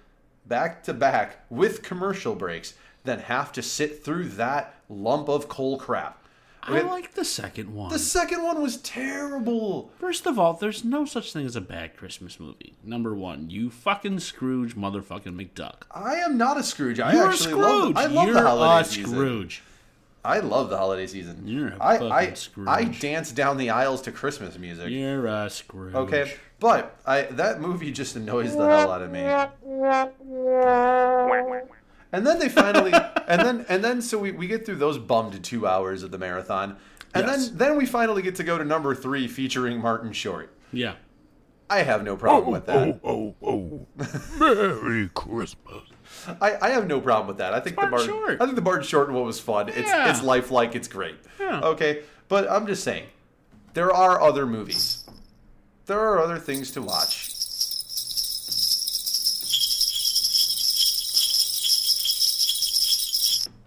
[SPEAKER 4] back to back with commercial breaks than have to sit through that lump of coal crap.
[SPEAKER 3] I like the second one.
[SPEAKER 4] The second one was terrible.
[SPEAKER 3] First of all, there's no such thing as a bad Christmas movie. Number one, you fucking Scrooge motherfucking McDuck.
[SPEAKER 4] I am not a Scrooge. I
[SPEAKER 3] You're a
[SPEAKER 4] actually
[SPEAKER 3] Scrooge.
[SPEAKER 4] love. I love
[SPEAKER 3] You're
[SPEAKER 4] the holiday
[SPEAKER 3] a
[SPEAKER 4] season.
[SPEAKER 3] Scrooge.
[SPEAKER 4] I love the holiday season.
[SPEAKER 3] You're a
[SPEAKER 4] I-
[SPEAKER 3] fucking
[SPEAKER 4] I-
[SPEAKER 3] Scrooge.
[SPEAKER 4] I dance down the aisles to Christmas music.
[SPEAKER 3] You're a Scrooge.
[SPEAKER 4] Okay, but I that movie just annoys the hell out of me. And then they finally, and then and then so we, we get through those bummed two hours of the marathon, and
[SPEAKER 3] Yes.
[SPEAKER 4] then then we finally get to go to number three featuring Martin Short.
[SPEAKER 3] Yeah.
[SPEAKER 4] I have no problem with that.
[SPEAKER 6] Oh, oh, oh. Merry Christmas.
[SPEAKER 4] I, I have no problem with that. I think the
[SPEAKER 3] oh. Martin
[SPEAKER 4] Martin
[SPEAKER 3] Short.
[SPEAKER 4] I think the Martin Short one was fun.
[SPEAKER 3] Yeah.
[SPEAKER 4] It's it's lifelike. It's great.
[SPEAKER 3] Yeah.
[SPEAKER 4] Okay, but I'm just saying, there are other movies. There are other things to watch.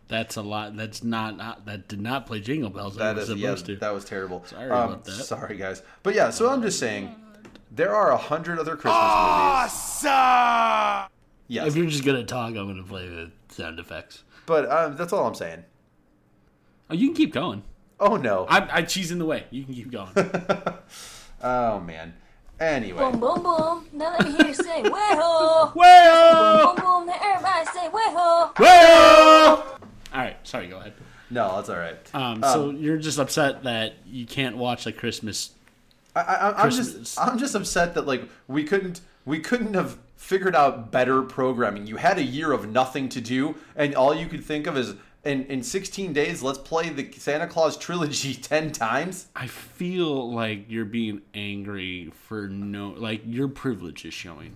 [SPEAKER 3] That's a lot. That's not, not that did not play jingle bells.
[SPEAKER 4] That
[SPEAKER 3] it
[SPEAKER 4] is
[SPEAKER 3] was
[SPEAKER 4] yeah,
[SPEAKER 3] supposed to.
[SPEAKER 4] that was terrible.
[SPEAKER 3] Sorry
[SPEAKER 4] Um,
[SPEAKER 3] about that.
[SPEAKER 4] Sorry guys, but yeah. So I'm just saying, there are a hundred other Christmas
[SPEAKER 3] Ah!
[SPEAKER 4] movies. Yes,
[SPEAKER 3] if you're just gonna talk, I'm gonna play the sound effects.
[SPEAKER 4] but um, that's all I'm saying.
[SPEAKER 3] Oh, you can keep going.
[SPEAKER 4] Oh no.
[SPEAKER 3] I, I she's in the way. You can keep going.
[SPEAKER 4] oh man. Anyway,
[SPEAKER 7] Boom, boom, boom. Now let me hear you say, way-ho.
[SPEAKER 3] Well,
[SPEAKER 7] Boom, boom. Now everybody say, way-ho.
[SPEAKER 3] well. All right. Sorry. Go ahead.
[SPEAKER 4] no, that's all right.
[SPEAKER 3] Um, so you're just upset that you can't watch like Christmas.
[SPEAKER 4] I, I, I'm
[SPEAKER 3] Christmas.
[SPEAKER 4] just I'm just upset that like we couldn't we couldn't have figured out better programming. You had a year of nothing to do, and all you could think of is in, in 16 days, let's play the Santa Claus trilogy 10 times.
[SPEAKER 3] I feel like you're being angry for no, like your privilege is showing.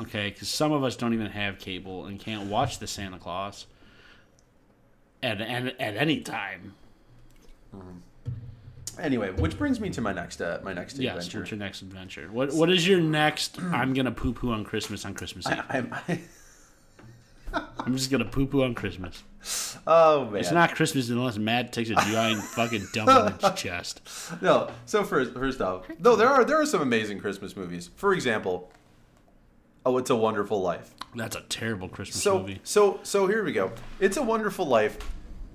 [SPEAKER 3] okay, because some of us don't even have cable and can't watch the Santa Claus at at, at any time.
[SPEAKER 4] Anyway, which brings me to my next uh, my next
[SPEAKER 3] Yes,
[SPEAKER 4] adventure.
[SPEAKER 3] what's your next adventure? What what is your next? I'm gonna poo poo on Christmas on Christmas Eve.
[SPEAKER 4] I'm,
[SPEAKER 3] I'm just gonna poo poo on Christmas.
[SPEAKER 4] oh man,
[SPEAKER 3] It's not Christmas unless Matt takes a giant fucking dump on his chest.
[SPEAKER 4] no. So first, first off, no, there are there are some amazing Christmas movies. For example, Oh, It's a Wonderful Life.
[SPEAKER 3] That's a terrible Christmas
[SPEAKER 4] So
[SPEAKER 3] movie.
[SPEAKER 4] so so here we go. It's a Wonderful Life.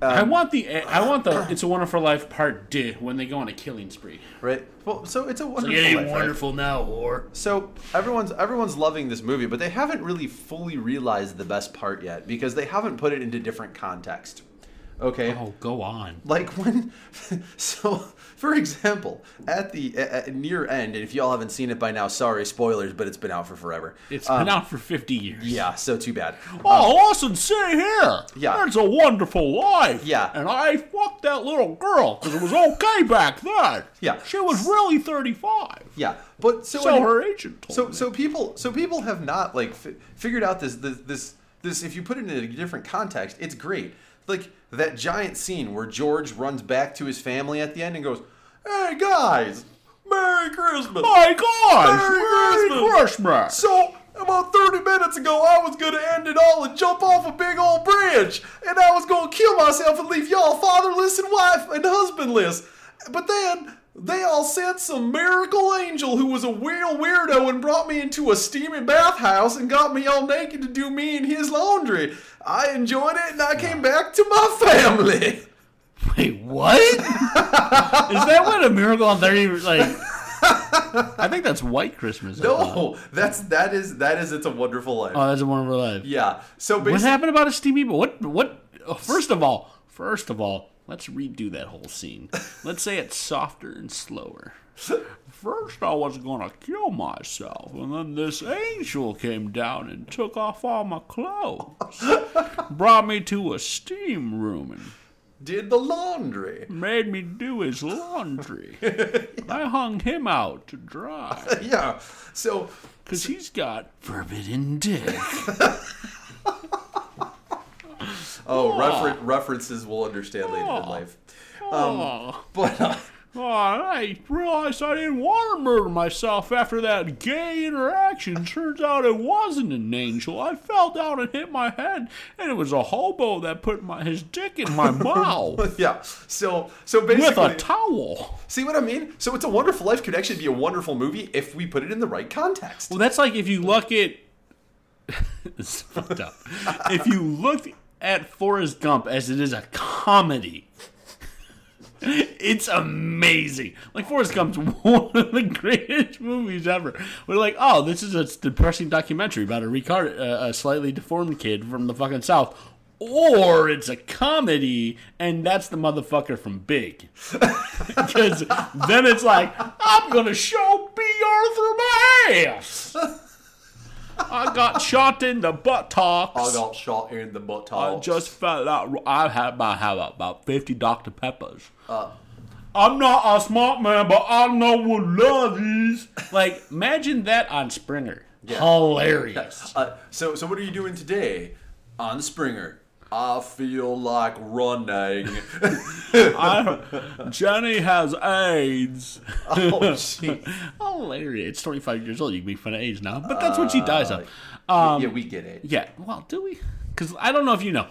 [SPEAKER 4] um,
[SPEAKER 3] I want the I want the It's a Wonderful Life Part D when they go on a killing spree.
[SPEAKER 4] Right. Well, so it's a wonderful.
[SPEAKER 3] It ain't
[SPEAKER 4] life, right?
[SPEAKER 3] wonderful now, whore.
[SPEAKER 4] So everyone's everyone's loving this movie, but they haven't really fully realized the best part yet because they haven't put it into different context. Okay.
[SPEAKER 3] Oh, go on.
[SPEAKER 4] Like when, so for example, at the at, at near end, and if y'all haven't seen it by now, sorry, spoilers, but it's been out for forever.
[SPEAKER 3] It's been out for 50 years.
[SPEAKER 4] Um, yeah, so too bad.
[SPEAKER 6] Oh, listen, see here.
[SPEAKER 4] Yeah.
[SPEAKER 6] It's a wonderful life.
[SPEAKER 4] Yeah.
[SPEAKER 6] And I fucked that little girl because it was okay back then.
[SPEAKER 4] Yeah.
[SPEAKER 6] She was really 35.
[SPEAKER 4] Yeah, but so
[SPEAKER 6] So
[SPEAKER 4] any-
[SPEAKER 6] her agent told
[SPEAKER 4] so
[SPEAKER 6] me.
[SPEAKER 4] so people so people have not like fi- figured out this, this this this if you put it in a different context it's great like that giant scene where george runs back to his family at the end and goes hey guys merry christmas
[SPEAKER 3] Oh,
[SPEAKER 6] My gosh!
[SPEAKER 4] Merry
[SPEAKER 6] Merry Christmas!
[SPEAKER 4] so about 30 minutes ago i was gonna end it all and jump off a big old bridge and i was gonna kill myself and leave y'all fatherless and wife and husbandless but then they all sent some miracle angel who was a real weirdo and brought me into a steamy bathhouse and got me all naked to do me and his laundry. I enjoyed it and I came back to my family.
[SPEAKER 3] Wait, what? Is that what a miracle on 30 like I think that's White Christmas. I thought.
[SPEAKER 4] No, that's that is that is it's a wonderful life.
[SPEAKER 3] Oh, that's a wonderful life.
[SPEAKER 4] yeah. So
[SPEAKER 3] What
[SPEAKER 4] basically,
[SPEAKER 3] happened about a steamy but what what oh, first of all, first of all, let's redo that whole scene. Let's say it's softer and slower.
[SPEAKER 6] First, I was gonna kill myself, and then this angel came down and took off all my clothes, brought me to a steam room, and
[SPEAKER 4] did the laundry.
[SPEAKER 6] made me do his laundry. I hung him out to dry
[SPEAKER 4] Yeah. So
[SPEAKER 6] because he's got
[SPEAKER 3] Forbidden dick.
[SPEAKER 4] Oh, refer- references will understand later in life. Um, but uh,
[SPEAKER 6] Oh, I realized I didn't want to murder myself after that gay interaction. Turns out it wasn't an angel. I fell down and hit my head, and it was a hobo that put my, his dick in my mouth
[SPEAKER 4] yeah, so so
[SPEAKER 6] with
[SPEAKER 4] basically,
[SPEAKER 6] a towel.
[SPEAKER 4] see what I mean? So it's a Wonderful Life could actually be a wonderful movie if we put it in the right context.
[SPEAKER 3] Well, that's like if you look at. it's fucked up. if you looked at Forrest Gump as it is a comedy, it's amazing. Like Forrest Gump's one of the greatest movies ever. We're like, oh, this is a depressing documentary about a retard, uh, a slightly deformed kid from the fucking south. Or it's a comedy, and that's the motherfucker from Big. Because then it's like, I'm gonna show B. Arthur my ass. I got shot in the buttocks.
[SPEAKER 4] I got shot in the butt
[SPEAKER 6] I just fell out. I had my have about fifty Dr Peppers.
[SPEAKER 3] I'm not a smart man, but I know what love is. Like, imagine that on Springer. Hilarious.
[SPEAKER 4] Uh, so so what are you doing today on Springer? I feel like running.
[SPEAKER 6] I, Jenny has AIDS.
[SPEAKER 4] oh, gee.
[SPEAKER 3] Hilarious. It's 25 years old. You can make fun of age now, but that's what she dies of. Um,
[SPEAKER 4] yeah, we get it.
[SPEAKER 3] Yeah. Well, do we? Because I don't know if you know.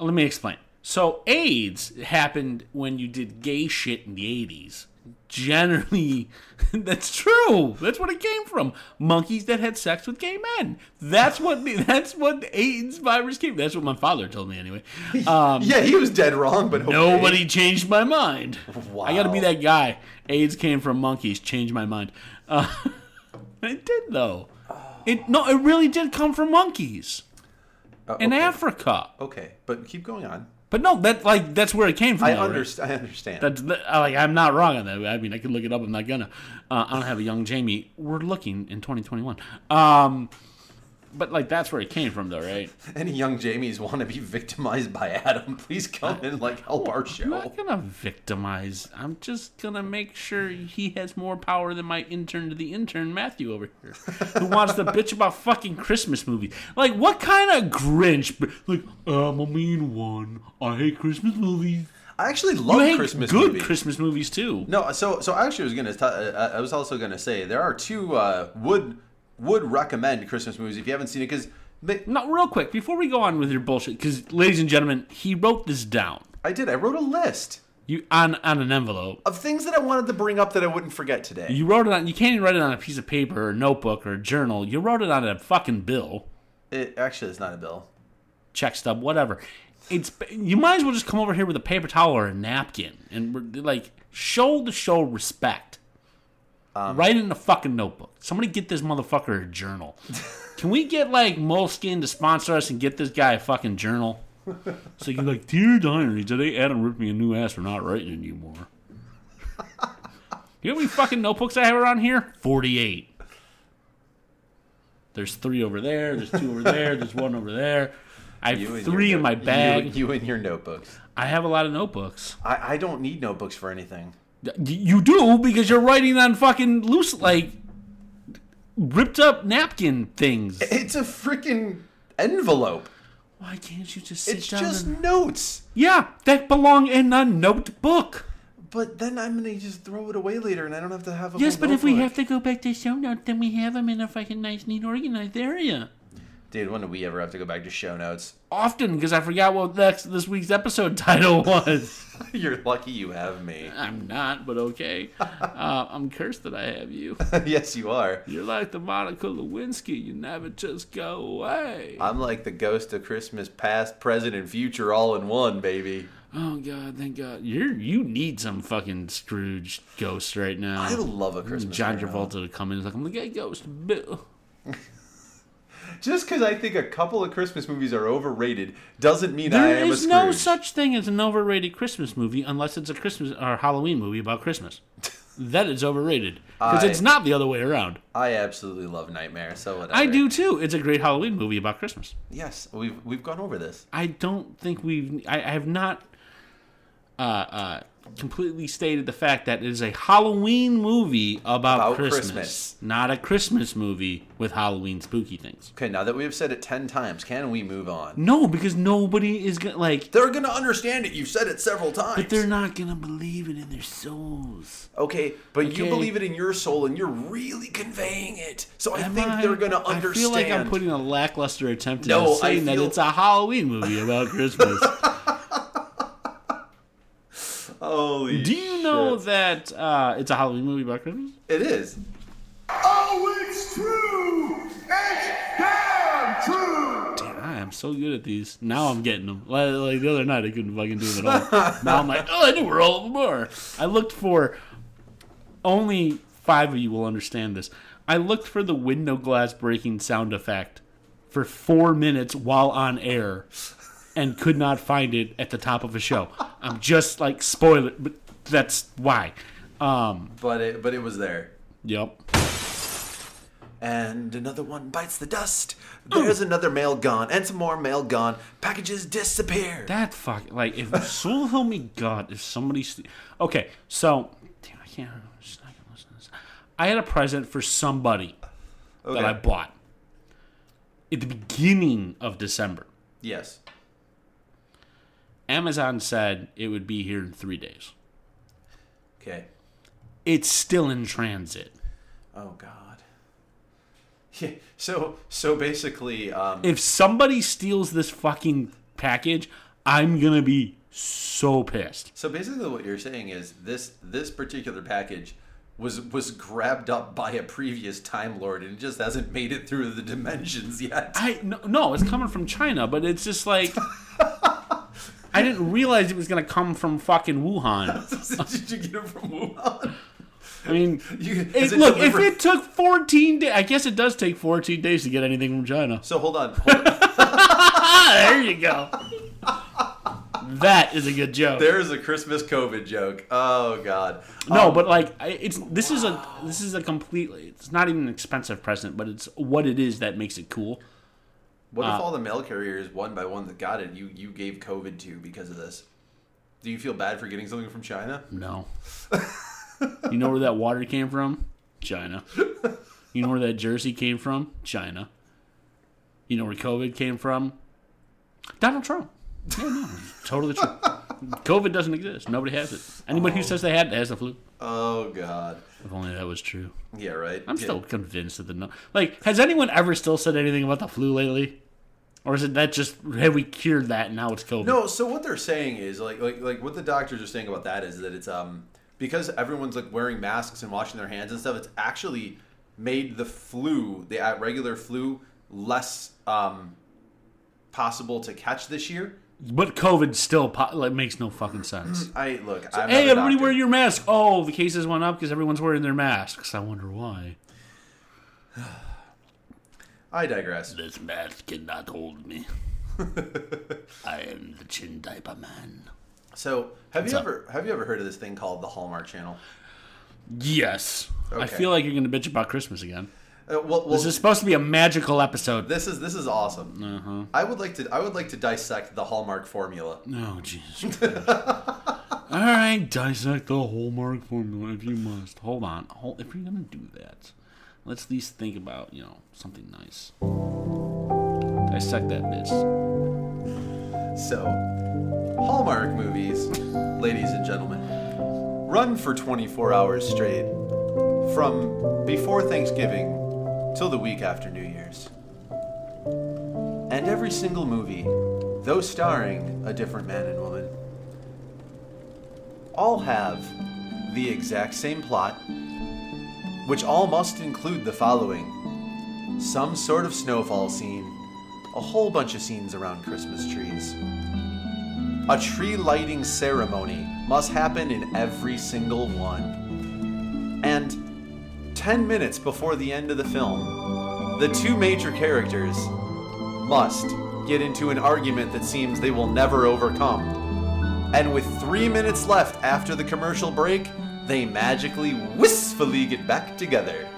[SPEAKER 3] Let me explain. So AIDS happened when you did gay shit in the eighties. Generally, that's true. That's what it came from. Monkeys that had sex with gay men. That's what. the- That's what AIDS virus came. That's what my father told me anyway.
[SPEAKER 4] yeah, he was dead wrong, but okay.
[SPEAKER 3] Nobody changed my mind.
[SPEAKER 4] Wow.
[SPEAKER 3] I got to be that guy. AIDS came from monkeys. Changed my mind. Uh, it did though. It no. It really did come from monkeys
[SPEAKER 4] Uh,
[SPEAKER 3] in
[SPEAKER 4] okay.
[SPEAKER 3] Africa.
[SPEAKER 4] Okay, but keep going on.
[SPEAKER 3] But no, that like that's where it came from.
[SPEAKER 4] I,
[SPEAKER 3] though, right?
[SPEAKER 4] understand. I understand.
[SPEAKER 3] That's the- I- like I'm not wrong on that. I mean, I could look it up. I'm not gonna. Uh, I don't have a young Jamie. We're looking in 2021. Um, but like that's where it came from, though, right?
[SPEAKER 4] Any young Jamies want to be victimized by Adam? Please come and like help our
[SPEAKER 3] I'm
[SPEAKER 4] show.
[SPEAKER 3] not gonna victimize. I'm just gonna make sure he has more power than my intern to the intern Matthew over here, who wants to bitch about fucking Christmas movies. Like, what kind of Grinch? b- Like, I'm a mean one. I hate Christmas movies.
[SPEAKER 4] I actually
[SPEAKER 3] You
[SPEAKER 4] love
[SPEAKER 3] hate
[SPEAKER 4] Christmas
[SPEAKER 3] good
[SPEAKER 4] movies.
[SPEAKER 3] Christmas movies too.
[SPEAKER 4] No, so so I actually was gonna. T- uh, I I was also gonna say there are two uh, would would recommend Christmas movies if you haven't seen it because
[SPEAKER 3] Not real quick before we go on with your bullshit, because ladies and gentlemen, he wrote this down.
[SPEAKER 4] I did. I wrote a list
[SPEAKER 3] You on on an envelope.
[SPEAKER 4] of things that I wanted to bring up that I wouldn't forget today.
[SPEAKER 3] You wrote it on. You can't even write it on a piece of paper or a notebook or a journal. You wrote it on a fucking bill,
[SPEAKER 4] It, actually, it's not a bill.
[SPEAKER 3] check stub, whatever. It's you might as well just come over here with a paper towel or a napkin and we're- like show the show respect. write it in a fucking notebook. Somebody get this motherfucker a journal. Can we get like Moleskin to sponsor us and get this guy a fucking journal? So you're like, dear diary, today Adam ripped me a new ass for not writing anymore. you know how many fucking notebooks I have around here? Forty-eight. There's three over there. There's two over there. There's one over there. I
[SPEAKER 4] You
[SPEAKER 3] have
[SPEAKER 4] and
[SPEAKER 3] three
[SPEAKER 4] your
[SPEAKER 3] in
[SPEAKER 4] note-
[SPEAKER 3] my bag.
[SPEAKER 4] You, you and your notebooks.
[SPEAKER 3] I have a lot of notebooks.
[SPEAKER 4] I, I don't need notebooks for anything.
[SPEAKER 3] Y- You do because you're writing on fucking loose, like ripped up napkin things.
[SPEAKER 4] It's a freaking envelope.
[SPEAKER 3] Why can't you just sit
[SPEAKER 4] It's
[SPEAKER 3] down?
[SPEAKER 4] just
[SPEAKER 3] and-
[SPEAKER 4] notes.
[SPEAKER 3] yeah, that belong in a notebook.
[SPEAKER 4] But then I'm gonna just throw it away later, and I don't have to have a.
[SPEAKER 3] Yes,
[SPEAKER 4] whole
[SPEAKER 3] but if we
[SPEAKER 4] notebook.
[SPEAKER 3] have to go back to show notes, then we have them in a fucking nice, neat, organized area.
[SPEAKER 4] dude, when do we ever have to go back to show notes?
[SPEAKER 3] Often, because I forgot what next this week's episode title was.
[SPEAKER 4] You're lucky you have me.
[SPEAKER 3] I'm not, but okay. Uh, I'm cursed that I have you.
[SPEAKER 4] yes, you are.
[SPEAKER 3] You're like the Monica Lewinsky. You never just go away.
[SPEAKER 4] I'm like the ghost of Christmas past, present, and future all in one, baby.
[SPEAKER 3] Oh God, thank God. You're you need some fucking Scrooge ghost right now.
[SPEAKER 4] I love a Christmas.
[SPEAKER 3] John
[SPEAKER 4] Carol.
[SPEAKER 3] Travolta to come in and like, I'm the gay ghost, Bill.
[SPEAKER 4] Just because I think a couple of Christmas movies are overrated doesn't mean I
[SPEAKER 3] There
[SPEAKER 4] am
[SPEAKER 3] is
[SPEAKER 4] a
[SPEAKER 3] no
[SPEAKER 4] Scrooge.
[SPEAKER 3] such thing as an overrated Christmas movie unless it's a Christmas or Halloween movie about Christmas. that is overrated because
[SPEAKER 4] I-
[SPEAKER 3] it's not the other way around.
[SPEAKER 4] I absolutely love Nightmare. So whatever.
[SPEAKER 3] I do too. It's a great Halloween movie about Christmas.
[SPEAKER 4] Yes, we've we've gone over this.
[SPEAKER 3] I don't think we've. I, I have not uh, uh, completely stated the fact that it is a Halloween movie about,
[SPEAKER 4] About
[SPEAKER 3] Christmas,
[SPEAKER 4] Christmas.
[SPEAKER 3] not a Christmas movie with Halloween spooky things.
[SPEAKER 4] Okay, now that we have said it ten times, can we move on?
[SPEAKER 3] No, because nobody is gonna like.
[SPEAKER 4] They're gonna understand it. You've said it several times.
[SPEAKER 3] But they're not gonna believe it in their souls.
[SPEAKER 4] Okay, but you
[SPEAKER 3] Okay.
[SPEAKER 4] believe it in your soul, and you're really conveying it. So I
[SPEAKER 3] Am
[SPEAKER 4] think
[SPEAKER 3] I-
[SPEAKER 4] they're gonna understand.
[SPEAKER 3] I feel like I'm putting a lackluster attempt at
[SPEAKER 4] No, I
[SPEAKER 3] saying that
[SPEAKER 4] feel-
[SPEAKER 3] it's a Halloween movie about Christmas.
[SPEAKER 4] Holy
[SPEAKER 3] Do you know that uh, it's a Halloween movie about Christmas?
[SPEAKER 4] It is.
[SPEAKER 5] Oh, it's true! It's damn true!
[SPEAKER 3] Damn, I am so good at these. Now I'm getting them. Like, like the other night, I couldn't fucking do them at all. now I'm like, oh, I know where all of them are. I looked for. Only five of you will understand this. I looked for the window glass breaking sound effect for four minutes while on air, and could not find it at the top of a show. I'm just like spoiler, but that's why. Um.
[SPEAKER 4] But it but it was there.
[SPEAKER 3] Yep.
[SPEAKER 4] And another one bites the dust. There's another mail gone, and some more mail gone. Packages disappear.
[SPEAKER 3] That fuck like if so help me God if somebody st- okay so damn I can't I'm just not gonna listen to this. I had a present for somebody that I bought at the beginning of December.
[SPEAKER 4] yes.
[SPEAKER 3] Amazon said it would be here in three days.
[SPEAKER 4] Okay.
[SPEAKER 3] It's still in transit.
[SPEAKER 4] Oh God. Yeah. So so basically, um,
[SPEAKER 3] If somebody steals this fucking package, I'm gonna be so pissed.
[SPEAKER 4] so basically, what you're saying is this this particular package was was grabbed up by a previous Time Lord, and it just hasn't made it through the dimensions yet.
[SPEAKER 3] I no, no, it's coming from China, but it's just like I didn't realize it was gonna come from fucking Wuhan.
[SPEAKER 4] Did you get it from Wuhan?
[SPEAKER 3] I mean,
[SPEAKER 4] You-
[SPEAKER 3] it-
[SPEAKER 4] is it
[SPEAKER 3] look,
[SPEAKER 4] delivered-
[SPEAKER 3] if it took 14 days, I guess it does take 14 days to get anything from China.
[SPEAKER 4] So hold on. Hold on.
[SPEAKER 3] Ah, there you go. that is a good joke.
[SPEAKER 4] There's a Christmas COVID joke. Oh God.
[SPEAKER 3] no, but like I- it's this is a this is a completely it's not even an expensive present, but it's what it is that makes it cool.
[SPEAKER 4] What
[SPEAKER 3] Uh.
[SPEAKER 4] if all the mail carriers, one by one, that got it, you you gave COVID to because of this? Do you feel bad for getting something from China?
[SPEAKER 3] No. you know where that water came from? China. You know where that jersey came from? China. You know where COVID came from? Donald Trump. Yeah, no, it's totally true. COVID doesn't exist. Nobody has it. Anybody who says they had it has the flu.
[SPEAKER 4] Oh God.
[SPEAKER 3] If only that was true.
[SPEAKER 4] Yeah, right.
[SPEAKER 3] I'm
[SPEAKER 4] Yeah.
[SPEAKER 3] still convinced that the no- like has anyone ever still said anything about the flu lately, or is it that just have we cured that and now it's COVID?
[SPEAKER 4] No, so what they're saying is like like like what the doctors are saying about that is that it's um because everyone's like wearing masks and washing their hands and stuff, it's actually made the flu, the uh, regular flu, less um possible to catch this year.
[SPEAKER 3] but COVID still po- like makes no fucking sense.
[SPEAKER 4] I look. I'm
[SPEAKER 3] Hey,
[SPEAKER 4] not a
[SPEAKER 3] everybody,
[SPEAKER 4] doctor.
[SPEAKER 3] wear your mask. Oh, the cases went up because everyone's wearing their masks. I wonder why.
[SPEAKER 4] I digress.
[SPEAKER 3] This mask cannot hold me. I am the chin diaper man.
[SPEAKER 4] So, have you
[SPEAKER 3] up?
[SPEAKER 4] ever have you ever heard of this thing called the Hallmark Channel?
[SPEAKER 3] Yes. I
[SPEAKER 4] Okay.
[SPEAKER 3] feel like you're going to bitch about Christmas again.
[SPEAKER 4] Uh, well, well,
[SPEAKER 3] This is supposed to be a magical episode. Uh-huh.
[SPEAKER 4] This is this is awesome. I would like to I would like to dissect the Hallmark formula.
[SPEAKER 3] Oh, Jesus. Christ. All right, dissect the Hallmark formula if you must. Hold on. Hold, if you're going to do that, let's at least think about, you know, something nice. Dissect that bitch.
[SPEAKER 4] So, Hallmark movies, ladies and gentlemen, run for 24 hours straight from before Thanksgiving till the week after New Year's. And every single movie, though starring a different man and woman, all have the exact same plot, which all must include the following some sort of snowfall scene, a whole bunch of scenes around Christmas trees. A tree lighting ceremony must happen in every single one. And 10 minutes before the end of the film, the two major characters must get into an argument that seems they will never overcome. And with three minutes left after the commercial break, they magically, wistfully get back together.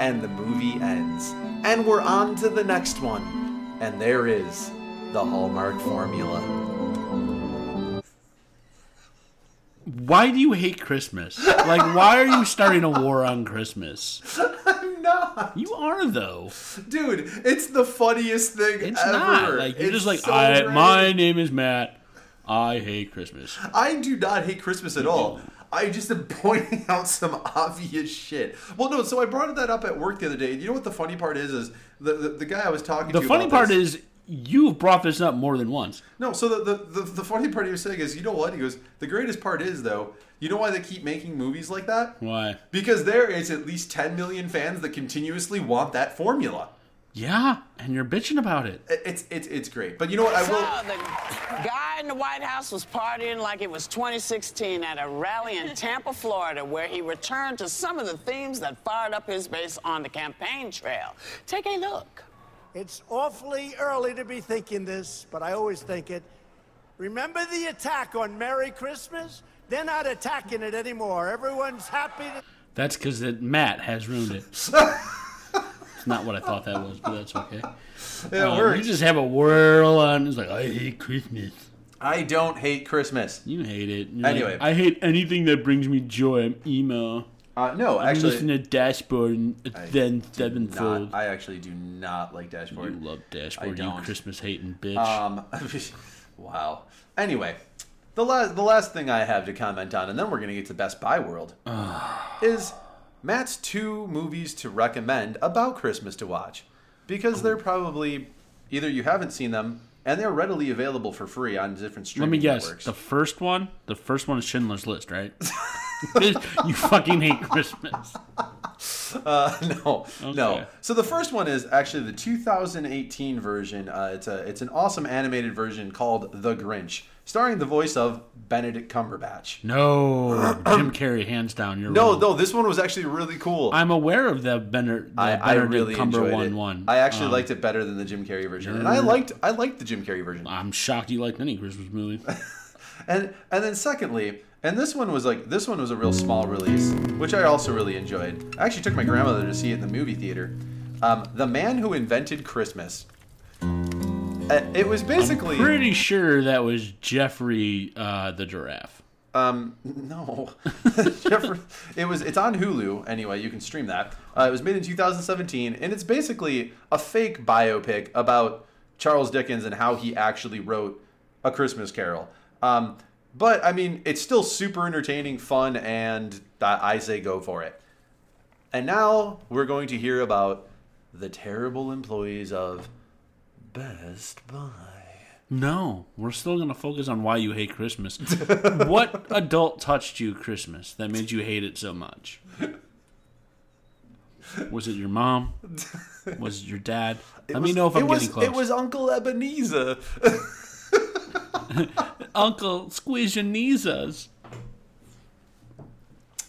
[SPEAKER 4] And the movie ends. And we're on to the next one. And there is the Hallmark formula.
[SPEAKER 3] Why do you hate Christmas? Like, why are you starting a war on Christmas?
[SPEAKER 4] not,
[SPEAKER 3] You are, though.
[SPEAKER 4] dude. It's the funniest thing
[SPEAKER 3] It's
[SPEAKER 4] ever.
[SPEAKER 3] not like you're
[SPEAKER 4] It's
[SPEAKER 3] just like
[SPEAKER 4] so
[SPEAKER 3] I.
[SPEAKER 4] great.
[SPEAKER 3] My name is Matt. I hate Christmas.
[SPEAKER 4] I do not hate Christmas at all. I just am pointing out some obvious shit. Well, no, so I brought that up at work the other day. You know what the funny part is? Is the the, the guy I was talking
[SPEAKER 3] The
[SPEAKER 4] to.
[SPEAKER 3] funny
[SPEAKER 4] about
[SPEAKER 3] part
[SPEAKER 4] this-
[SPEAKER 3] is you've brought this up more than once.
[SPEAKER 4] no. So the, the the the funny part he was saying is, you know what? He goes, the greatest part is though. You know why they keep making movies like that?
[SPEAKER 3] Why?
[SPEAKER 4] Because there is at least 10 million fans that continuously want that formula.
[SPEAKER 3] Yeah, and you're bitching about it.
[SPEAKER 4] It- It's it's it's great. But you know what? I will.
[SPEAKER 8] So the guy in the White House was partying like it was 2016 at a rally in Tampa, Florida, where he returned to some of the themes that fired up his base on the campaign trail. Take a look.
[SPEAKER 9] It's awfully early to be thinking this, but I always think it. Remember the attack on Merry Christmas? They're not attacking it anymore. Everyone's happy to.
[SPEAKER 3] That's because Matt has ruined it. it's not what I thought that was, but that's okay.
[SPEAKER 4] It
[SPEAKER 3] Um,
[SPEAKER 4] works.
[SPEAKER 3] you just have a whirl on. It's like I hate Christmas.
[SPEAKER 4] I don't hate Christmas.
[SPEAKER 3] You hate it. You're like,
[SPEAKER 4] Anyway.
[SPEAKER 3] I hate anything that brings me joy. I'm emo.
[SPEAKER 4] Uh, no,
[SPEAKER 3] I'm
[SPEAKER 4] actually,
[SPEAKER 3] listening to Dashboard and then Sevenfold.
[SPEAKER 4] not, I actually do not like Dashboard.
[SPEAKER 3] you love Dashboard, you
[SPEAKER 4] don't.
[SPEAKER 3] Christmas hating bitch.
[SPEAKER 4] Um, wow. Anyway, the last the last thing I have to comment on, and then we're gonna get to Best Buy World, is Matt's two movies to recommend about Christmas to watch, because
[SPEAKER 3] Oh.
[SPEAKER 4] they're probably either you haven't seen them and they're readily available for free on different
[SPEAKER 3] Let
[SPEAKER 4] streaming
[SPEAKER 3] me guess.
[SPEAKER 4] networks.
[SPEAKER 3] The first one, the first one is Schindler's List, right? you fucking hate Christmas.
[SPEAKER 4] Uh, no, no.
[SPEAKER 3] Okay.
[SPEAKER 4] So the first one is actually the 2018 version. Uh, it's a it's an awesome animated version called The Grinch, starring the voice of Benedict Cumberbatch.
[SPEAKER 3] No, Jim Carrey, hands down. You're
[SPEAKER 4] No,
[SPEAKER 3] wrong.
[SPEAKER 4] no, this one was actually really cool.
[SPEAKER 3] Mm. I'm aware of the Benner, the
[SPEAKER 4] I, I
[SPEAKER 3] Benedict
[SPEAKER 4] really
[SPEAKER 3] Cumber
[SPEAKER 4] enjoyed
[SPEAKER 3] one
[SPEAKER 4] it.
[SPEAKER 3] one. Um,
[SPEAKER 4] I actually liked it better than the Jim Carrey version, and I liked I liked the Jim Carrey version.
[SPEAKER 3] I'm shocked you liked any Christmas movie.
[SPEAKER 4] And and then secondly, and this one was like this one was a real small release, which I also really enjoyed. I actually took my grandmother to see it in the movie theater. Um, the Man Who Invented Christmas. Uh, it was basically
[SPEAKER 3] Pretty sure that was Jeffrey uh, the giraffe.
[SPEAKER 4] um no. Jeffrey- it was it's on Hulu anyway. You can stream that. Uh, it was made in 2017, and it's basically a fake biopic about Charles Dickens and how he actually wrote A Christmas Carol. Um, but I mean, it's still super entertaining, fun, and I I say go for it. And now we're going to hear about the terrible employees of Best Buy.
[SPEAKER 3] No, we're still going to focus on why you hate Christmas. what adult touched you Christmas that made you hate it so much? Was it your mom? Was it your dad? Let me
[SPEAKER 4] was-
[SPEAKER 3] know if
[SPEAKER 4] it
[SPEAKER 3] I'm
[SPEAKER 4] was,
[SPEAKER 3] getting close.
[SPEAKER 4] It was Uncle Ebenezer.
[SPEAKER 3] Uncle Squeeze Your Kneesas.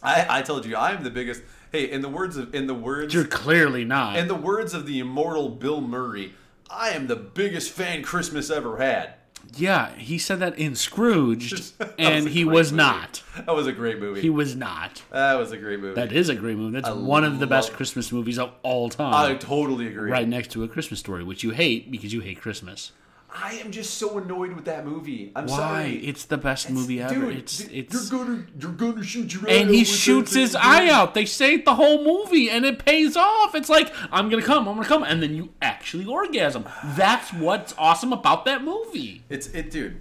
[SPEAKER 4] I, I told you I'm the biggest. Hey, in the words of in the words
[SPEAKER 3] You're clearly not.
[SPEAKER 4] in the words of the immortal Bill Murray, I am the biggest fan Christmas ever had.
[SPEAKER 3] yeah, he said that in Scrooged,
[SPEAKER 4] That was
[SPEAKER 3] and
[SPEAKER 4] a
[SPEAKER 3] he
[SPEAKER 4] great
[SPEAKER 3] was
[SPEAKER 4] movie.
[SPEAKER 3] not.
[SPEAKER 4] That was a great movie.
[SPEAKER 3] He was not.
[SPEAKER 4] that was a great movie.
[SPEAKER 3] That is a great movie. That's one of the best Christmas movies of all
[SPEAKER 4] I
[SPEAKER 3] time.
[SPEAKER 4] totally agree.
[SPEAKER 3] right next to A Christmas Story, which you hate because you hate Christmas.
[SPEAKER 4] I am just so annoyed with that movie. I'm
[SPEAKER 3] Why?
[SPEAKER 4] sorry.
[SPEAKER 3] It's the best
[SPEAKER 4] It's-
[SPEAKER 3] movie ever.
[SPEAKER 4] dude,
[SPEAKER 3] it's
[SPEAKER 4] th-
[SPEAKER 3] it's
[SPEAKER 4] you're gonna you're gonna shoot your eye
[SPEAKER 3] and he
[SPEAKER 4] out with
[SPEAKER 3] shoots
[SPEAKER 4] that
[SPEAKER 3] his
[SPEAKER 4] thing.
[SPEAKER 3] eye out. They say it the whole movie, and it pays off. It's like I'm gonna come, I'm gonna come, and then you actually orgasm. That's what's awesome about that movie.
[SPEAKER 4] It's it, dude.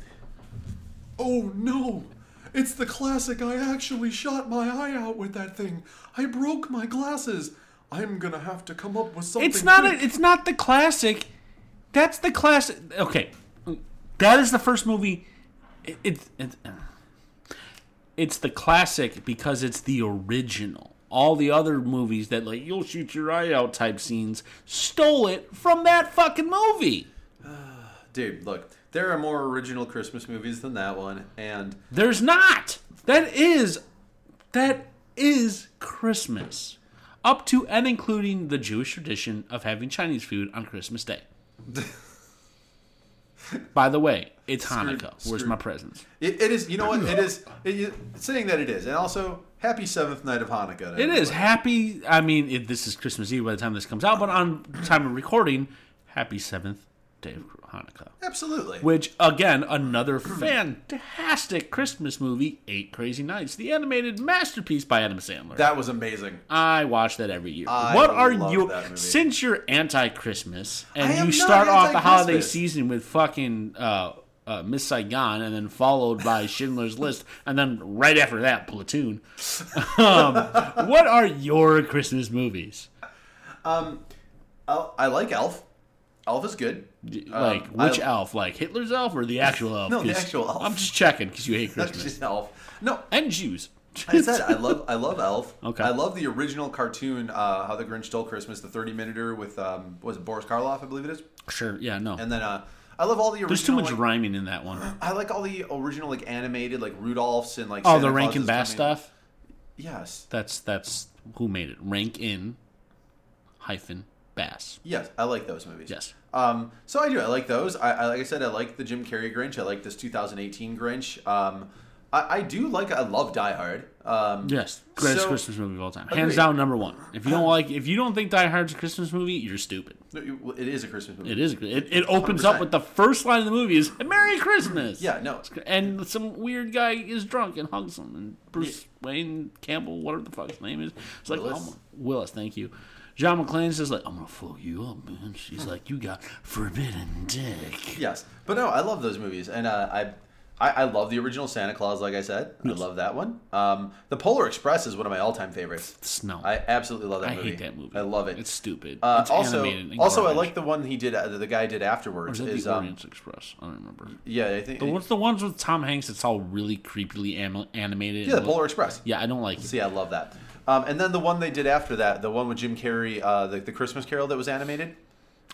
[SPEAKER 4] Oh no! It's the classic. I actually shot my eye out with that thing. I broke my glasses. I'm gonna have to come up with something.
[SPEAKER 3] It's not.
[SPEAKER 4] quick.
[SPEAKER 3] A, it's not the classic. That's the classic. Okay, that is the first movie. It, it, it- uh, it's the classic because it's the original. All the other movies that like you'll shoot your eye out type scenes stole it from that fucking movie.
[SPEAKER 4] dude. Look, there are more original Christmas movies than that one, and
[SPEAKER 3] There's not. That is that is Christmas. Up to and including the Jewish tradition of having Chinese food on Christmas Day. By the way, it's Hanukkah. Where's
[SPEAKER 4] screwed.
[SPEAKER 3] my presents?
[SPEAKER 4] it, it is. You know what? It is. It, you- saying that it is, and also happy seventh night of Hanukkah. to
[SPEAKER 3] It is
[SPEAKER 4] everybody.
[SPEAKER 3] happy. I mean, it, this is Christmas Eve by the time this comes out, but on time of recording, happy seventh day of Hanukkah.
[SPEAKER 4] absolutely.
[SPEAKER 3] Which, again, another fantastic Christmas movie, Eight Crazy Nights, the animated masterpiece by Adam Sandler.
[SPEAKER 4] that was amazing.
[SPEAKER 3] I watch that every year.
[SPEAKER 4] I
[SPEAKER 3] what are
[SPEAKER 4] love
[SPEAKER 3] you
[SPEAKER 4] that movie.
[SPEAKER 3] since you're anti-Christmas
[SPEAKER 4] I
[SPEAKER 3] and
[SPEAKER 4] am
[SPEAKER 3] you
[SPEAKER 4] not
[SPEAKER 3] start off the holiday
[SPEAKER 4] anti-Christmas.
[SPEAKER 3] season with fucking uh, uh, Miss Saigon and then followed by Schindler's List and then right after that Platoon. um, what are your Christmas movies?
[SPEAKER 4] I, I like Elf. Elf is good.
[SPEAKER 3] Like
[SPEAKER 4] Um, I-
[SPEAKER 3] which elf? Like Hitler's elf or the actual elf?
[SPEAKER 4] No, the
[SPEAKER 3] 'Cause
[SPEAKER 4] actual elf.
[SPEAKER 3] I'm just checking because you hate Christmas
[SPEAKER 4] Just Elf. No,
[SPEAKER 3] and Jews.
[SPEAKER 4] I said I love I love Elf.
[SPEAKER 3] Okay.
[SPEAKER 4] I love the original cartoon, uh, How the Grinch Stole Christmas, the 30 minuter with um, what was it Boris Karloff, I believe it is.
[SPEAKER 3] sure. Yeah. No.
[SPEAKER 4] And then uh, I love all the original.
[SPEAKER 3] There's too much
[SPEAKER 4] like-
[SPEAKER 3] rhyming in that one.
[SPEAKER 4] I like all the original like animated like Rudolph's and like.
[SPEAKER 3] Oh,
[SPEAKER 4] Santa
[SPEAKER 3] the Rankin
[SPEAKER 4] Clauses
[SPEAKER 3] Bass
[SPEAKER 4] coming.
[SPEAKER 3] stuff.
[SPEAKER 4] Yes,
[SPEAKER 3] That's that's who made it. Rank in hyphen bass.
[SPEAKER 4] yes, I like those movies.
[SPEAKER 3] Yes.
[SPEAKER 4] Um, so I do. I like those. I, I like I said, I like the Jim Carrey Grinch. I like this 2018 Grinch. Um, I, I do like. I love Die Hard. Um,
[SPEAKER 3] Yes, greatest
[SPEAKER 4] So-
[SPEAKER 3] Christmas movie of all time,
[SPEAKER 4] Agreed.
[SPEAKER 3] hands down number one. If you don't like, if you don't think Die Hard's a Christmas movie, you're stupid.
[SPEAKER 4] it is a Christmas movie.
[SPEAKER 3] It is. It, it opens up
[SPEAKER 4] 100%.
[SPEAKER 3] with the first line of the movie is "Merry Christmas."
[SPEAKER 4] Yeah, no.
[SPEAKER 3] and some weird guy is drunk and hugs him, and Bruce Wayne Campbell, whatever the fuck his name is, it's like
[SPEAKER 4] Willis.
[SPEAKER 3] Willis. Willis thank you. John McClane's just like, "I'm gonna fuck you up, man." She's like, "You got forbidden dick."
[SPEAKER 4] Yes, but no, I love those movies, and uh, I, I, I love the original Santa Claus. Like I said, I love that one. Um, the Polar Express is one of my all-time favorites.
[SPEAKER 3] Snow.
[SPEAKER 4] I absolutely love that
[SPEAKER 3] I
[SPEAKER 4] movie.
[SPEAKER 3] hate that movie.
[SPEAKER 4] I love it.
[SPEAKER 3] It's stupid.
[SPEAKER 4] Uh,
[SPEAKER 3] it's
[SPEAKER 4] also,
[SPEAKER 3] animated and
[SPEAKER 4] also, I
[SPEAKER 3] garbage.
[SPEAKER 4] like the one he did. Uh, the guy did afterwards.
[SPEAKER 3] Is that
[SPEAKER 4] is
[SPEAKER 3] the
[SPEAKER 4] um,
[SPEAKER 3] Orient Express? I don't remember.
[SPEAKER 4] yeah, I think.
[SPEAKER 3] The, what's the ones with Tom Hanks? It's all really creepily am- animated.
[SPEAKER 4] yeah, the
[SPEAKER 3] and look-
[SPEAKER 4] Polar Express.
[SPEAKER 3] Yeah, I don't like it.
[SPEAKER 4] See, I love that. Um, and then the one they did after that, the one with Jim Carrey, uh, the, the Christmas Carol that was animated.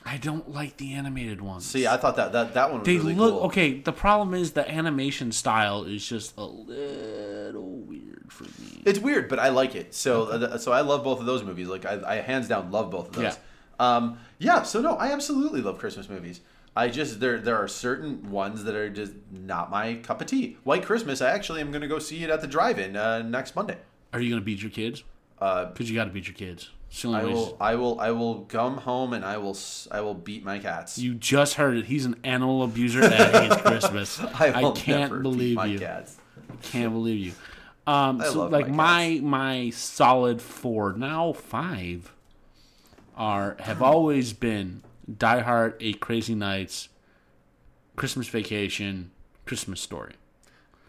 [SPEAKER 3] I don't like the animated ones.
[SPEAKER 4] See, I thought that that, that one was
[SPEAKER 3] they
[SPEAKER 4] really
[SPEAKER 3] look
[SPEAKER 4] cool.
[SPEAKER 3] okay. The problem is the animation style is just a little weird for me.
[SPEAKER 4] It's weird, but I like it. So uh, so I love both of those movies. Like I, I hands down love both of those.
[SPEAKER 3] Yeah.
[SPEAKER 4] Um, yeah. So no, I absolutely love Christmas movies. I just there there are certain ones that are just not my cup of tea. White Christmas. I actually am going to go see it at the drive-in uh, next Monday.
[SPEAKER 3] Are you gonna beat your kids? Because you got to beat your kids. It's the only
[SPEAKER 4] Uh, I
[SPEAKER 3] way-
[SPEAKER 4] will, I will, I will come home and I will, s- I will beat my cats.
[SPEAKER 3] You just heard it. He's an animal abuser that hates Christmas. I,
[SPEAKER 4] will
[SPEAKER 3] can't
[SPEAKER 4] never beat
[SPEAKER 3] believe
[SPEAKER 4] my
[SPEAKER 3] you.
[SPEAKER 4] Cats.
[SPEAKER 3] Can't believe you. Um, so
[SPEAKER 4] love
[SPEAKER 3] like my
[SPEAKER 4] my
[SPEAKER 3] my solid four now five are have always been Die Hard, Eight Crazy Nights, Christmas Vacation, Christmas Story,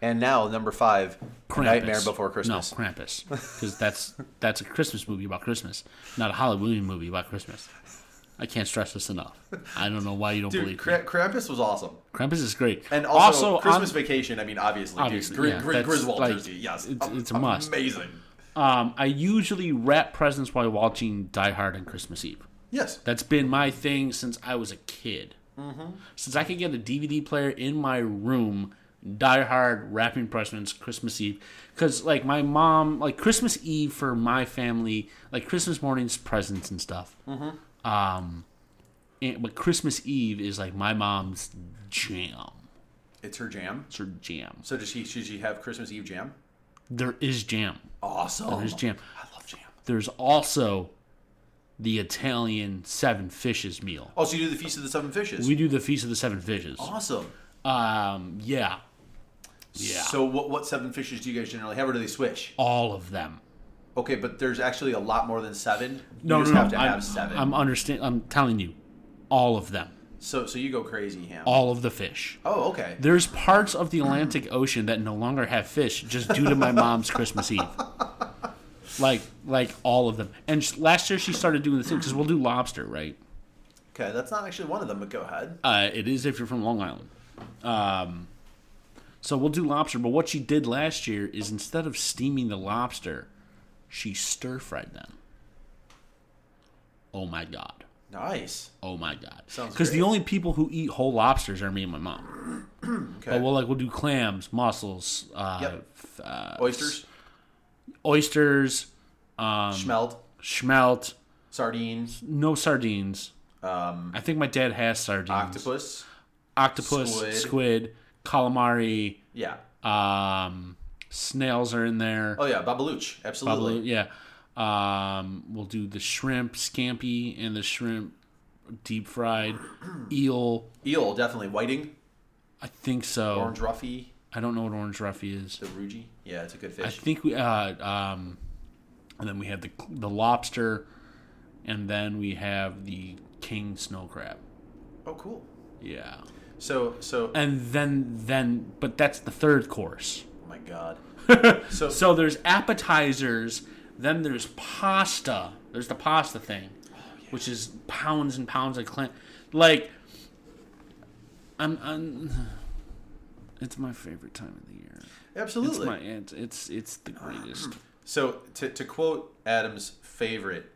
[SPEAKER 4] And now number five,
[SPEAKER 3] Krampus.
[SPEAKER 4] Nightmare Before Christmas.
[SPEAKER 3] No, Krampus, because that's that's a Christmas movie about Christmas, not a Halloween movie about Christmas. I can't stress this enough. I don't know why you don't
[SPEAKER 4] Dude,
[SPEAKER 3] believe
[SPEAKER 4] Kra- Krampus was awesome.
[SPEAKER 3] me. Krampus is great,
[SPEAKER 4] And also,
[SPEAKER 3] on-
[SPEAKER 4] Christmas Vacation. I mean, obviously,
[SPEAKER 3] Obviously,
[SPEAKER 4] dude, Gri-
[SPEAKER 3] yeah,
[SPEAKER 4] Gri-
[SPEAKER 3] that's
[SPEAKER 4] Griswold
[SPEAKER 3] like-
[SPEAKER 4] jersey. Yes,
[SPEAKER 3] it's-
[SPEAKER 4] am-
[SPEAKER 3] it's a must.
[SPEAKER 4] Amazing.
[SPEAKER 3] Um, I usually wrap presents while watching Die Hard on Christmas Eve.
[SPEAKER 4] Yes.
[SPEAKER 3] That's been my thing since I was a kid. Since I could get a DVD player in my room, Die Hard, wrapping presents, Christmas Eve. Because, like, my mom, like, Christmas Eve for my family, like, Christmas morning's presents and stuff. Mm-hmm. Um, and, but Christmas Eve is, like, my mom's jam.
[SPEAKER 4] It's her jam.
[SPEAKER 3] It's her jam.
[SPEAKER 4] So does she? Should she have Christmas Eve jam?
[SPEAKER 3] There is jam.
[SPEAKER 4] Awesome.
[SPEAKER 3] There's jam.
[SPEAKER 4] I love jam.
[SPEAKER 3] There's also the Italian Seven Fishes meal.
[SPEAKER 4] Oh, so you do the Feast of the Seven Fishes.
[SPEAKER 3] We do the Feast of the Seven Fishes.
[SPEAKER 4] awesome.
[SPEAKER 3] Um, yeah, Yeah.
[SPEAKER 4] So what? What seven fishes do you guys generally have, or do they switch?
[SPEAKER 3] all of them.
[SPEAKER 4] Okay, but there's actually a lot more than seven.
[SPEAKER 3] No,
[SPEAKER 4] you just
[SPEAKER 3] no,
[SPEAKER 4] have
[SPEAKER 3] no.
[SPEAKER 4] to
[SPEAKER 3] I'm,
[SPEAKER 4] have seven.
[SPEAKER 3] I'm understand. I'm telling you, all of them,
[SPEAKER 4] so, so you go crazy, Ham.
[SPEAKER 3] all of the fish.
[SPEAKER 4] Oh, okay.
[SPEAKER 3] There's parts of the Atlantic Ocean that no longer have fish just due to my mom's Christmas Eve. Like, like all of them. And sh- last year she started doing this thing because we'll do lobster, right?
[SPEAKER 4] Okay, that's not actually one of them, but go ahead.
[SPEAKER 3] Uh, it is if you're from Long Island. Um, so we'll do lobster. But what she did last year is instead of steaming the lobster, she stir fried them. Oh my god.
[SPEAKER 4] Nice.
[SPEAKER 3] Oh my god.
[SPEAKER 4] Sounds
[SPEAKER 3] Because the
[SPEAKER 4] great.
[SPEAKER 3] only people who eat whole lobsters are me and my mom.
[SPEAKER 4] Okay.
[SPEAKER 3] But we'll like we'll do clams, mussels, uh,
[SPEAKER 4] Yep. Oysters,
[SPEAKER 3] oysters, um, Mm.
[SPEAKER 4] schmelt,
[SPEAKER 3] schmelt,
[SPEAKER 4] sardines,
[SPEAKER 3] no sardines. Um, I think my dad has sardines.
[SPEAKER 4] octopus.
[SPEAKER 3] octopus,
[SPEAKER 4] squid.
[SPEAKER 3] squid, calamari,
[SPEAKER 4] Yeah.
[SPEAKER 3] um, snails are in there.
[SPEAKER 4] Oh yeah, babaluch. Absolutely.
[SPEAKER 3] Probably, yeah. Um, we'll do the shrimp scampi and the shrimp deep fried eel.
[SPEAKER 4] Eel, definitely. Whiting,
[SPEAKER 3] I think so.
[SPEAKER 4] orange roughy,
[SPEAKER 3] I don't know what orange ruffy is.
[SPEAKER 4] the rugy. Yeah, it's a good
[SPEAKER 3] I
[SPEAKER 4] fish.
[SPEAKER 3] think we uh um, and then we have the the lobster, and then we have the king snow crab.
[SPEAKER 4] oh, cool.
[SPEAKER 3] Yeah,
[SPEAKER 4] So, so.
[SPEAKER 3] and then then but that's the third course.
[SPEAKER 4] oh my god.
[SPEAKER 3] So there's appetizers, then there's pasta. There's the pasta thing, which is pounds and pounds of clam. Like, I'm, I'm. It's my favorite time of the year.
[SPEAKER 4] Absolutely.
[SPEAKER 3] It's my it's it's it's the greatest.
[SPEAKER 4] So to, to quote Adam's favorite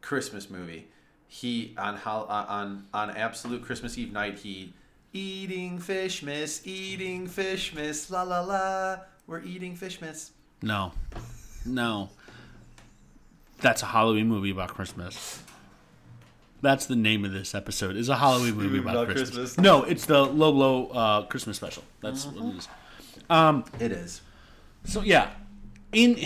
[SPEAKER 4] Christmas movie, he on hol- uh, on on absolute Christmas Eve night he eating fishmas, eating fishmas, la la la, we're eating fishmas.
[SPEAKER 3] No, no. That's a Halloween movie about Christmas. That's the name of this episode. Is a Halloween movie about,
[SPEAKER 4] about
[SPEAKER 3] Christmas.
[SPEAKER 4] Christmas.
[SPEAKER 3] No, it's the Loblo uh, Christmas special. That's what it is.
[SPEAKER 4] It is.
[SPEAKER 3] So yeah, in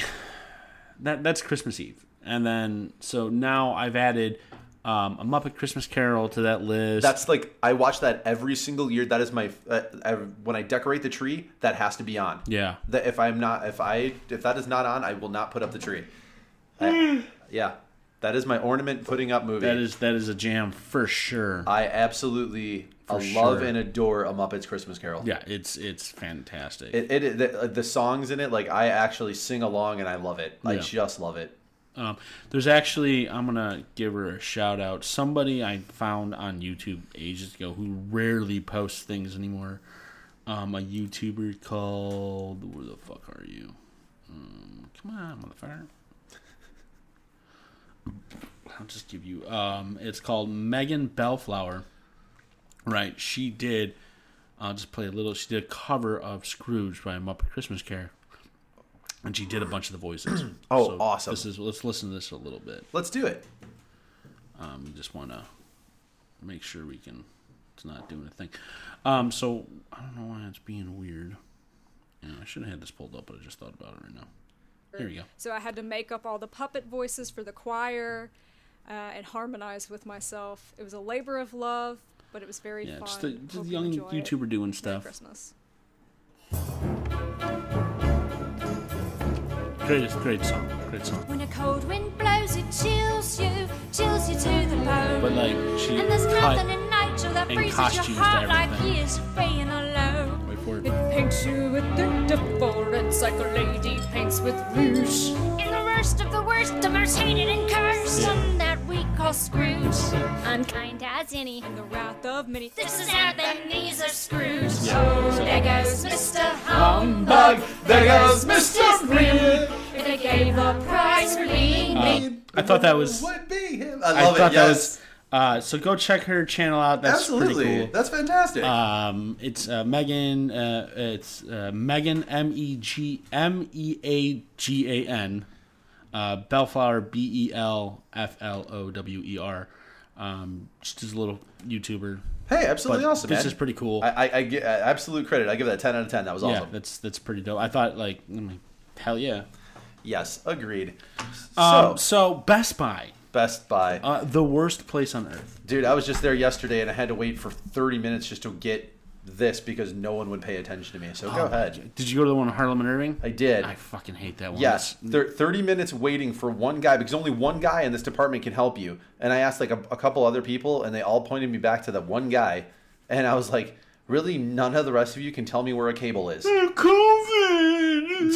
[SPEAKER 3] that that's Christmas Eve, and then so now I've added um, a Muppet Christmas Carol to that list.
[SPEAKER 4] That's like I watch that every single year. That is my uh, I, when I decorate the tree, that has to be on.
[SPEAKER 3] yeah,
[SPEAKER 4] That if I'm not if I if that is not on, I will not put up the tree. I- yeah. That is my ornament putting up movie.
[SPEAKER 3] that is that is a jam for sure.
[SPEAKER 4] I absolutely
[SPEAKER 3] For
[SPEAKER 4] love
[SPEAKER 3] sure.
[SPEAKER 4] and adore a Muppets Christmas Carol.
[SPEAKER 3] yeah, it's it's fantastic.
[SPEAKER 4] It, it the, the songs in it, like I actually sing along and I love it. I
[SPEAKER 3] Yeah.
[SPEAKER 4] just love it.
[SPEAKER 3] Um, there's actually, I'm gonna give her a shout out. Somebody I found on YouTube ages ago who rarely posts things anymore. Um, a YouTuber called Where the fuck are you? Um, come on, motherfucker. I'll just give you. Um, it's called Megan Bellflower. Right, she did. I'll just play a little. She did a cover of Scrooge by Muppet Christmas Carol, and she did a bunch of the voices.
[SPEAKER 4] Oh, awesome.
[SPEAKER 3] This is. Let's listen to this a little bit.
[SPEAKER 4] Let's do it.
[SPEAKER 3] Um, just want to make sure we can. It's not doing a thing. Um, so I don't know why it's being weird. Yeah, I should have had this pulled up, but I just thought about it right now. There you go.
[SPEAKER 9] So I had to make up all the puppet voices for the choir uh, and harmonize with myself. It was a labor of love, but it was very
[SPEAKER 3] Yeah,
[SPEAKER 9] fun.
[SPEAKER 3] just a,
[SPEAKER 9] Hope
[SPEAKER 3] just a
[SPEAKER 9] you
[SPEAKER 3] young
[SPEAKER 9] enjoy it.
[SPEAKER 3] YouTuber doing
[SPEAKER 9] Merry
[SPEAKER 3] stuff.
[SPEAKER 9] Christmas.
[SPEAKER 3] Great, great song, great song.
[SPEAKER 10] When a cold wind blows, it chills you, chills you to the bone.
[SPEAKER 3] But like she
[SPEAKER 10] and there's
[SPEAKER 3] cut
[SPEAKER 10] nothing in nature that
[SPEAKER 3] and
[SPEAKER 10] freezes
[SPEAKER 3] costumes
[SPEAKER 10] your
[SPEAKER 3] to
[SPEAKER 10] heart like
[SPEAKER 3] everything.
[SPEAKER 10] years of being alone.
[SPEAKER 3] Wait for it.
[SPEAKER 10] It paints you with the devil, and like a lady paints with rouge. In the worst of the worst, the most hated and cursed,
[SPEAKER 9] Yeah.
[SPEAKER 10] and that we call Scrooge, unkind as any.
[SPEAKER 9] The wrath of many.
[SPEAKER 10] This is how the knees are screwed.
[SPEAKER 9] Yeah.
[SPEAKER 10] Oh, there goes Mr.
[SPEAKER 9] Humbug.
[SPEAKER 10] Humbug.
[SPEAKER 9] There goes Mr.
[SPEAKER 10] Reed. They gave a prize for being
[SPEAKER 3] Uh,
[SPEAKER 10] me.
[SPEAKER 3] I thought that was.
[SPEAKER 10] Would
[SPEAKER 4] be him.
[SPEAKER 10] I love it,
[SPEAKER 3] thought that
[SPEAKER 4] yes.
[SPEAKER 3] was. Uh, so go check her channel out. That's
[SPEAKER 4] Absolutely.
[SPEAKER 3] pretty cool.
[SPEAKER 4] That's fantastic.
[SPEAKER 3] Um, it's uh, Megan. Uh, it's uh, Megan M E G M E A G A N. Uh, Bellflower B E L F L O W E R. Um, just as a little YouTuber.
[SPEAKER 4] Hey, absolutely
[SPEAKER 3] But
[SPEAKER 4] awesome.
[SPEAKER 3] This
[SPEAKER 4] man.
[SPEAKER 3] is pretty cool.
[SPEAKER 4] I, I, I get uh, absolute credit. I give that ten out of ten. That was
[SPEAKER 3] yeah,
[SPEAKER 4] awesome.
[SPEAKER 3] that's that's pretty dope. I thought like, I'm like, hell yeah.
[SPEAKER 4] Yes, agreed.
[SPEAKER 3] Um, so, Best Buy,
[SPEAKER 4] Best Buy,
[SPEAKER 3] uh, the worst place on earth.
[SPEAKER 4] dude. I was just there yesterday, and I had to wait for thirty minutes just to get this because no one would pay attention to me. So go
[SPEAKER 3] Oh,
[SPEAKER 4] ahead.
[SPEAKER 3] Did you go to the one in Harlem and Irving?
[SPEAKER 4] I did.
[SPEAKER 3] I fucking hate that one.
[SPEAKER 4] Yes,
[SPEAKER 3] That's-
[SPEAKER 4] thir- 30 minutes waiting for one guy because only one guy in this department can help you. And I asked like a, a couple other people, and they all pointed me back to that one guy. And I was like, really, none of the rest of you can tell me where a cable is.
[SPEAKER 3] COVID. We all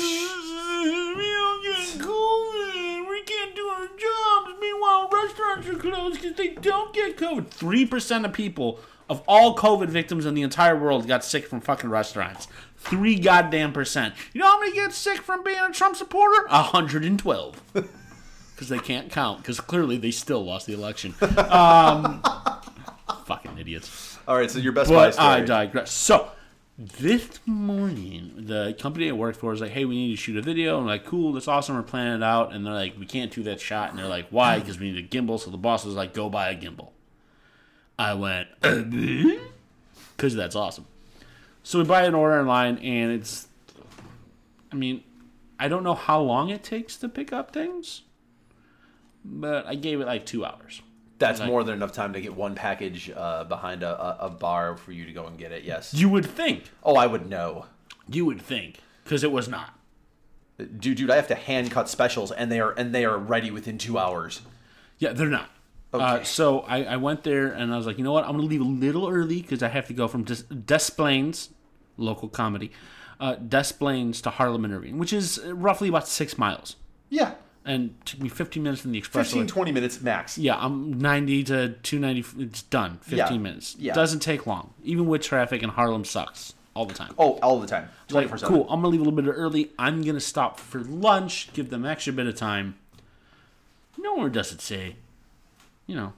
[SPEAKER 3] get COVID. We can't do our jobs. Meanwhile, restaurants are closed because they don't get COVID. Three percent of people of all COVID victims in the entire world got sick from fucking restaurants. Three goddamn percent. You know how many get sick from being a Trump supporter? hundred and twelve. Because they can't count. Because clearly they still lost the election. Um, fucking idiots.
[SPEAKER 4] All right, so your best buy
[SPEAKER 3] But
[SPEAKER 4] story.
[SPEAKER 3] I digress. So this morning, the company I work for is like, "Hey, we need to shoot a video." I'm like, "Cool, that's awesome. We're planning it out." And they're like, "We can't do that shot." And they're like, "Why?" Because we need a gimbal. So the boss was like, "Go buy a gimbal." I went, "Because that's awesome." So we buy an order online, and it's, I mean, I don't know how long it takes to pick up things, but I gave it like two hours.
[SPEAKER 4] That's
[SPEAKER 3] Like-
[SPEAKER 4] more than enough time to get one package uh, behind a, a, a bar for you to go and get it. Yes.
[SPEAKER 3] You would think.
[SPEAKER 4] Oh, I would know.
[SPEAKER 3] You would think, because it was not.
[SPEAKER 4] Dude, dude, I have to hand cut specials, and they are and they are ready within two hours.
[SPEAKER 3] Yeah, they're not. Uh, so I, I went there and I was like, you know what? I'm going to leave a little early because I have to go from Des, Des Plaines, local comedy, uh, Des Plaines to Harlem and Irving, which is roughly about six miles.
[SPEAKER 4] Yeah.
[SPEAKER 3] And took me 15 minutes in the express.
[SPEAKER 4] 15, 20 minutes max.
[SPEAKER 3] Yeah, I'm 90 to 290. It's done. 15
[SPEAKER 4] Yeah,
[SPEAKER 3] minutes.
[SPEAKER 4] yeah.
[SPEAKER 3] Doesn't take long. Even with traffic in Harlem sucks all the time.
[SPEAKER 4] Oh, all the time.
[SPEAKER 3] Like,
[SPEAKER 4] 24/7.
[SPEAKER 3] cool. I'm gonna leave a little bit early. I'm gonna stop for lunch. Give them extra bit of time. Nowhere does it say, you know.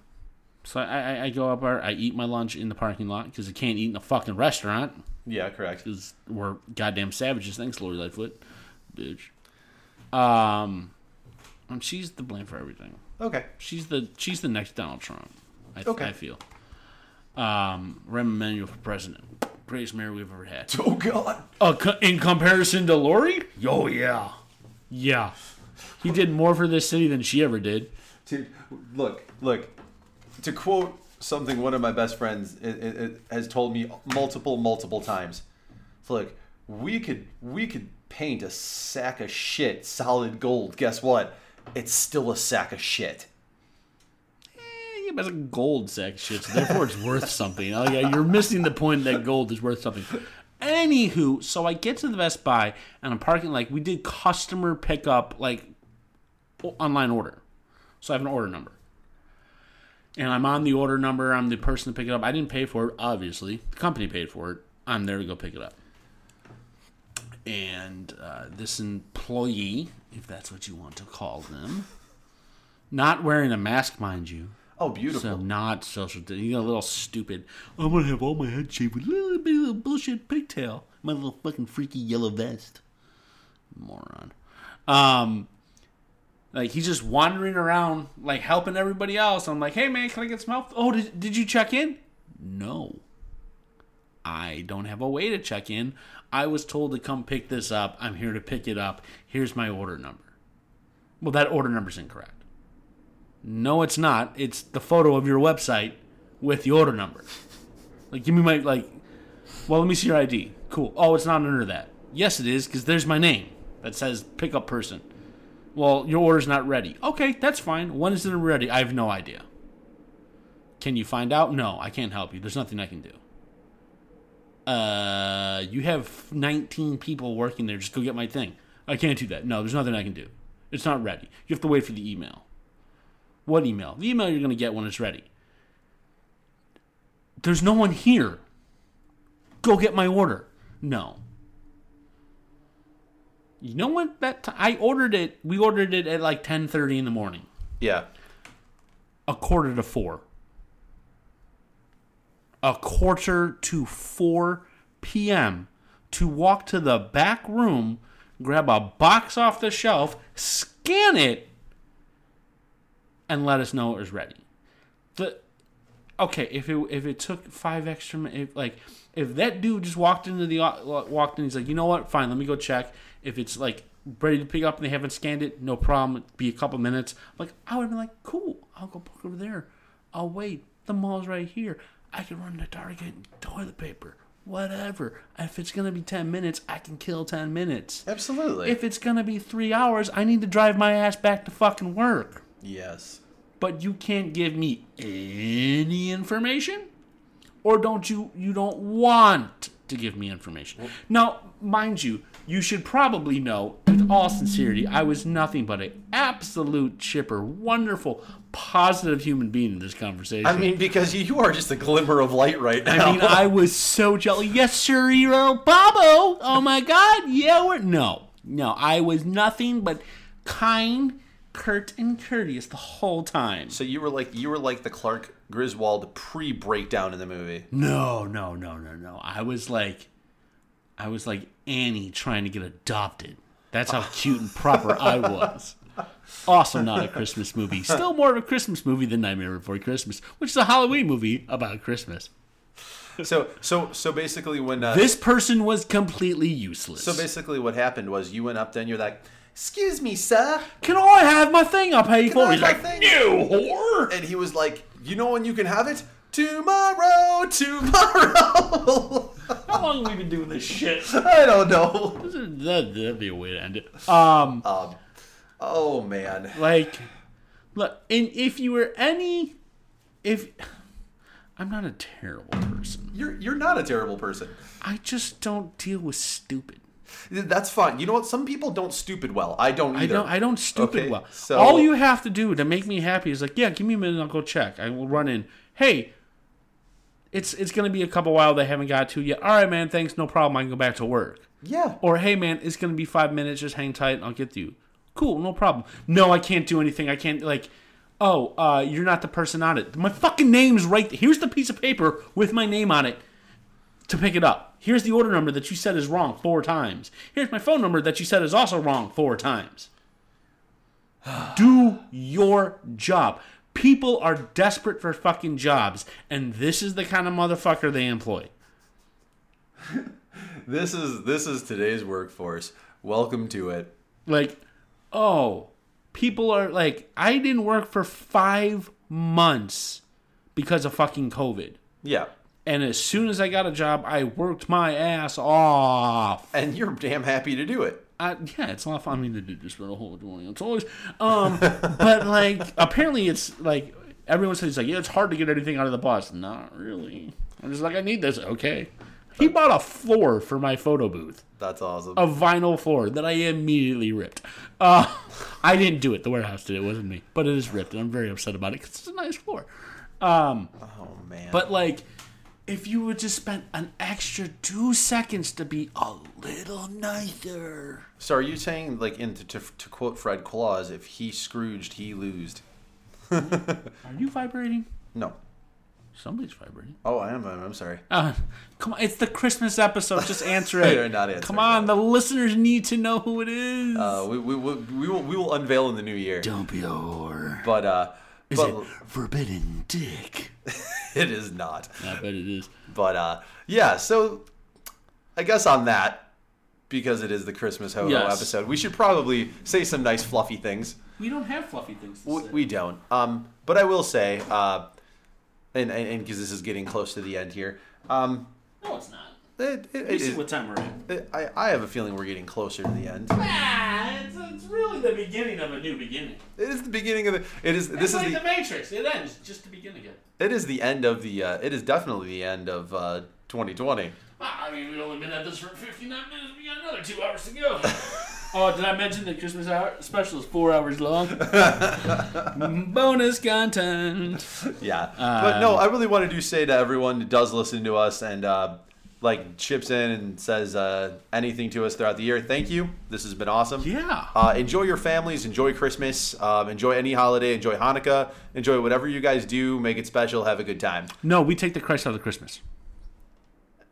[SPEAKER 3] So I, I, I go up there. I eat my lunch in the parking lot because I can't eat in a fucking restaurant.
[SPEAKER 4] Yeah, correct.
[SPEAKER 3] Because we're goddamn savages. Thanks, Lori Lightfoot, bitch. Um, and she's the blame for everything.
[SPEAKER 4] Okay.
[SPEAKER 3] She's the she's the next Donald Trump. I,
[SPEAKER 4] Okay.
[SPEAKER 3] I feel. Um, Rahm Emanuel for president. Greatest mayor we've ever had.
[SPEAKER 4] Oh God.
[SPEAKER 3] Uh, co- in comparison to Lori? Oh yeah, yeah. He did more for this city than she ever did.
[SPEAKER 4] Dude, look, look. To quote something one of my best friends i i i has told me multiple, multiple times. It's like we could we could paint a sack of shit solid gold. Guess what? It's still a sack of shit.
[SPEAKER 3] Eh, Yeah, but it's a gold sack of shit, so therefore it's worth something. Like, uh, you're missing the point that gold is worth something. Anywho, so I get to the Best Buy and I'm parking like we did customer pickup, like o- online order. So I have an order number. And I'm on the order number. I'm the person to pick it up. I didn't pay for it, obviously. The company paid for it. I'm there to go pick it up. And uh, this employee, if that's what you want to call them, not wearing a mask, mind you.
[SPEAKER 4] Oh, beautiful.
[SPEAKER 3] So not social. di- You got a little stupid. I'm gonna have all my head shaved with a little bit of a bullshit pigtail. My little fucking freaky yellow vest. Moron. Um, like he's just wandering around, like helping everybody else. I'm like, hey man, can I get some help? Oh, did did you check in? No. I don't have a way to check in. I was told to come pick this up. I'm here to pick it up. Here's my order number. Well, that order number's incorrect. No, it's not. It's the photo of your website with the order number. Like, give me my like. Well, let me see your ID. Cool. Oh, it's not under that. Yes, it is because there's my name that says pickup person. Well, your order's not ready. Okay, that's fine. When is it ready? I have no idea. Can you find out? No, I can't help you. There's nothing I can do. Uh, you have 19 people working there. Just go get my thing. I can't do that. No, there's nothing I can do. It's not ready. You have to wait for the email. What email? The email you're going to get when it's ready. There's no one here. Go get my order. No. You know what? That t- I ordered it. We ordered it at like 10:30 in the morning.
[SPEAKER 4] Yeah.
[SPEAKER 3] A quarter to 4. A quarter to 4 p.m. to walk to the back room, grab a box off the shelf, scan it, and let us know it was ready. The okay, if it if it took five extra, mi- if like if that dude just walked into the o- walked in, he's like, you know what? Fine, let me go check. If it's like ready to pick up and they haven't scanned it, no problem. It'd be a couple minutes. Like I would have been like, cool, I'll go book over there. I'll wait. The mall's right here. I can run to Target and toilet paper. Whatever. If it's gonna be ten minutes, I can kill ten minutes.
[SPEAKER 4] Absolutely.
[SPEAKER 3] If it's gonna be three hours, I need to drive my ass back to fucking work
[SPEAKER 4] Yes.
[SPEAKER 3] but you can't give me any information or don't you you don't want to give me information now mind you you should probably know with all sincerity i was nothing but an absolute chipper wonderful positive human being in this conversation
[SPEAKER 4] I mean, because you are just a glimmer of light right now.
[SPEAKER 3] I mean, I was so jealous. Yes, sir, you're El Babo. Oh my God. Yeah, we're no, no. I was nothing but kind, curt, and courteous the whole time.
[SPEAKER 4] So you were like you were like the Clark Griswold pre-breakdown in the movie.
[SPEAKER 3] No, no, no, no, no. I was like, I was like Annie trying to get adopted. That's how cute and proper I was. Also, not a Christmas movie. Still more of a Christmas movie than Nightmare Before Christmas, which is a Halloween movie about Christmas.
[SPEAKER 4] So so so basically when uh,
[SPEAKER 3] This person was completely useless.
[SPEAKER 4] so basically what happened was you went up then you're like, "Excuse me, sir."
[SPEAKER 3] Can I have my thing I paid for?
[SPEAKER 4] I
[SPEAKER 3] He's
[SPEAKER 4] have
[SPEAKER 3] like,
[SPEAKER 4] my thing?
[SPEAKER 3] no, whore.
[SPEAKER 4] And he was like, "You know when you can have it? Tomorrow, tomorrow."
[SPEAKER 3] How long have we been doing this shit?
[SPEAKER 4] I don't know.
[SPEAKER 3] That, that'd be a way to end it. Um,
[SPEAKER 4] Um, oh man.
[SPEAKER 3] like, look, and if you were any, if I'm not a terrible person,
[SPEAKER 4] You're you're not a terrible person.
[SPEAKER 3] I just don't deal with stupid.
[SPEAKER 4] That's fine. You know what? Some people don't stupid well. I don't either.
[SPEAKER 3] I don't. I don't stupid
[SPEAKER 4] Okay,
[SPEAKER 3] well.
[SPEAKER 4] so-
[SPEAKER 3] All you have to do to make me happy is like, yeah, give me a minute, I'll go check. I will run in. Hey, it's it's gonna be a couple while they haven't got to yet. All right, man, thanks, no problem. I can go back to work.
[SPEAKER 4] Yeah.
[SPEAKER 3] Or hey, man, it's gonna be five minutes. Just hang tight, and I'll get to you. Cool, no problem. No, I can't do anything. I can't like. Oh, uh, you're not the person on it. My fucking name's right. Here's the piece of paper with my name on it to pick it up. Here's the order number that you said is wrong four times. Here's my phone number that you said is also wrong four times. Do your job. People are desperate for fucking jobs, and this is the kind of motherfucker they employ.
[SPEAKER 4] This is this is today's workforce. Welcome to it.
[SPEAKER 3] like oh people are like i didn't work for five months because of fucking covid
[SPEAKER 4] Yeah.
[SPEAKER 3] and as soon as i got a job i worked my ass off
[SPEAKER 4] And you're damn happy to do it.
[SPEAKER 3] I, yeah it's a lot of fun i mean to do this for the whole morning it's always um but like apparently it's like everyone says like yeah it's hard to get anything out of the boss not really i'm just like i need this okay he bought a floor for my photo booth
[SPEAKER 4] That's awesome.
[SPEAKER 3] a vinyl floor that I immediately ripped. Uh, I didn't do it. The warehouse did it. It wasn't me. But it is ripped, and I'm very upset about it because it's a nice floor. Um,
[SPEAKER 4] oh man.
[SPEAKER 3] but, like, if you would just spend an extra two seconds to be a little nicer.
[SPEAKER 4] so are you saying like in to, to, to quote Fred Claus, if he Scrooged, he losed?
[SPEAKER 3] Are you vibrating?
[SPEAKER 4] No.
[SPEAKER 3] Somebody's vibrating.
[SPEAKER 4] Oh, I am. I'm I'm sorry.
[SPEAKER 3] Uh, come on, it's the Christmas episode. Just answer it.
[SPEAKER 4] You're not answering
[SPEAKER 3] come on,
[SPEAKER 4] that.
[SPEAKER 3] the listeners need to know who it is.
[SPEAKER 4] Uh, we, we, we, we will we will unveil in the new year.
[SPEAKER 3] Don't be a whore.
[SPEAKER 4] But uh,
[SPEAKER 3] Is
[SPEAKER 4] but,
[SPEAKER 3] it forbidden dick?
[SPEAKER 4] it is not.
[SPEAKER 3] I bet it is.
[SPEAKER 4] But uh, yeah. So I guess on that, because it is the Christmas Ho Ho
[SPEAKER 11] Yes.
[SPEAKER 4] episode, we should probably say some nice fluffy things.
[SPEAKER 11] We don't have fluffy things. To
[SPEAKER 4] We,
[SPEAKER 11] say.
[SPEAKER 4] we don't. Um, but I will say, uh, and and because this is getting close to the end here, um,
[SPEAKER 11] No, it's not.
[SPEAKER 4] it, it,
[SPEAKER 11] You
[SPEAKER 4] it
[SPEAKER 11] see
[SPEAKER 4] is-
[SPEAKER 11] what time we're at.
[SPEAKER 4] it- I I have a feeling we're getting closer to the end.
[SPEAKER 11] Ah, it's, it's really the beginning of a new beginning.
[SPEAKER 4] It is the beginning of the. It is.
[SPEAKER 11] It's
[SPEAKER 4] This is
[SPEAKER 11] like
[SPEAKER 4] the.
[SPEAKER 11] the, Matrix. It ends just to begin again.
[SPEAKER 4] It is the end of the. Uh, it is definitely the end of uh, 2020.
[SPEAKER 11] Ah, I mean, we've only been at this for 59 minutes. We got another two hours to go. oh, did I mention the Christmas hour special is four hours long? Bonus content.
[SPEAKER 4] Yeah, but no, I really wanted to say to everyone that does listen to us and uh, like chips in and says uh, anything to us throughout the year. Thank you. This has been awesome.
[SPEAKER 11] Yeah.
[SPEAKER 4] Uh, enjoy your families. Enjoy Christmas. Um, enjoy any holiday. Enjoy Hanukkah. Enjoy whatever you guys do. Make it special. Have a good time.
[SPEAKER 3] No, we take the Christ out of Christmas.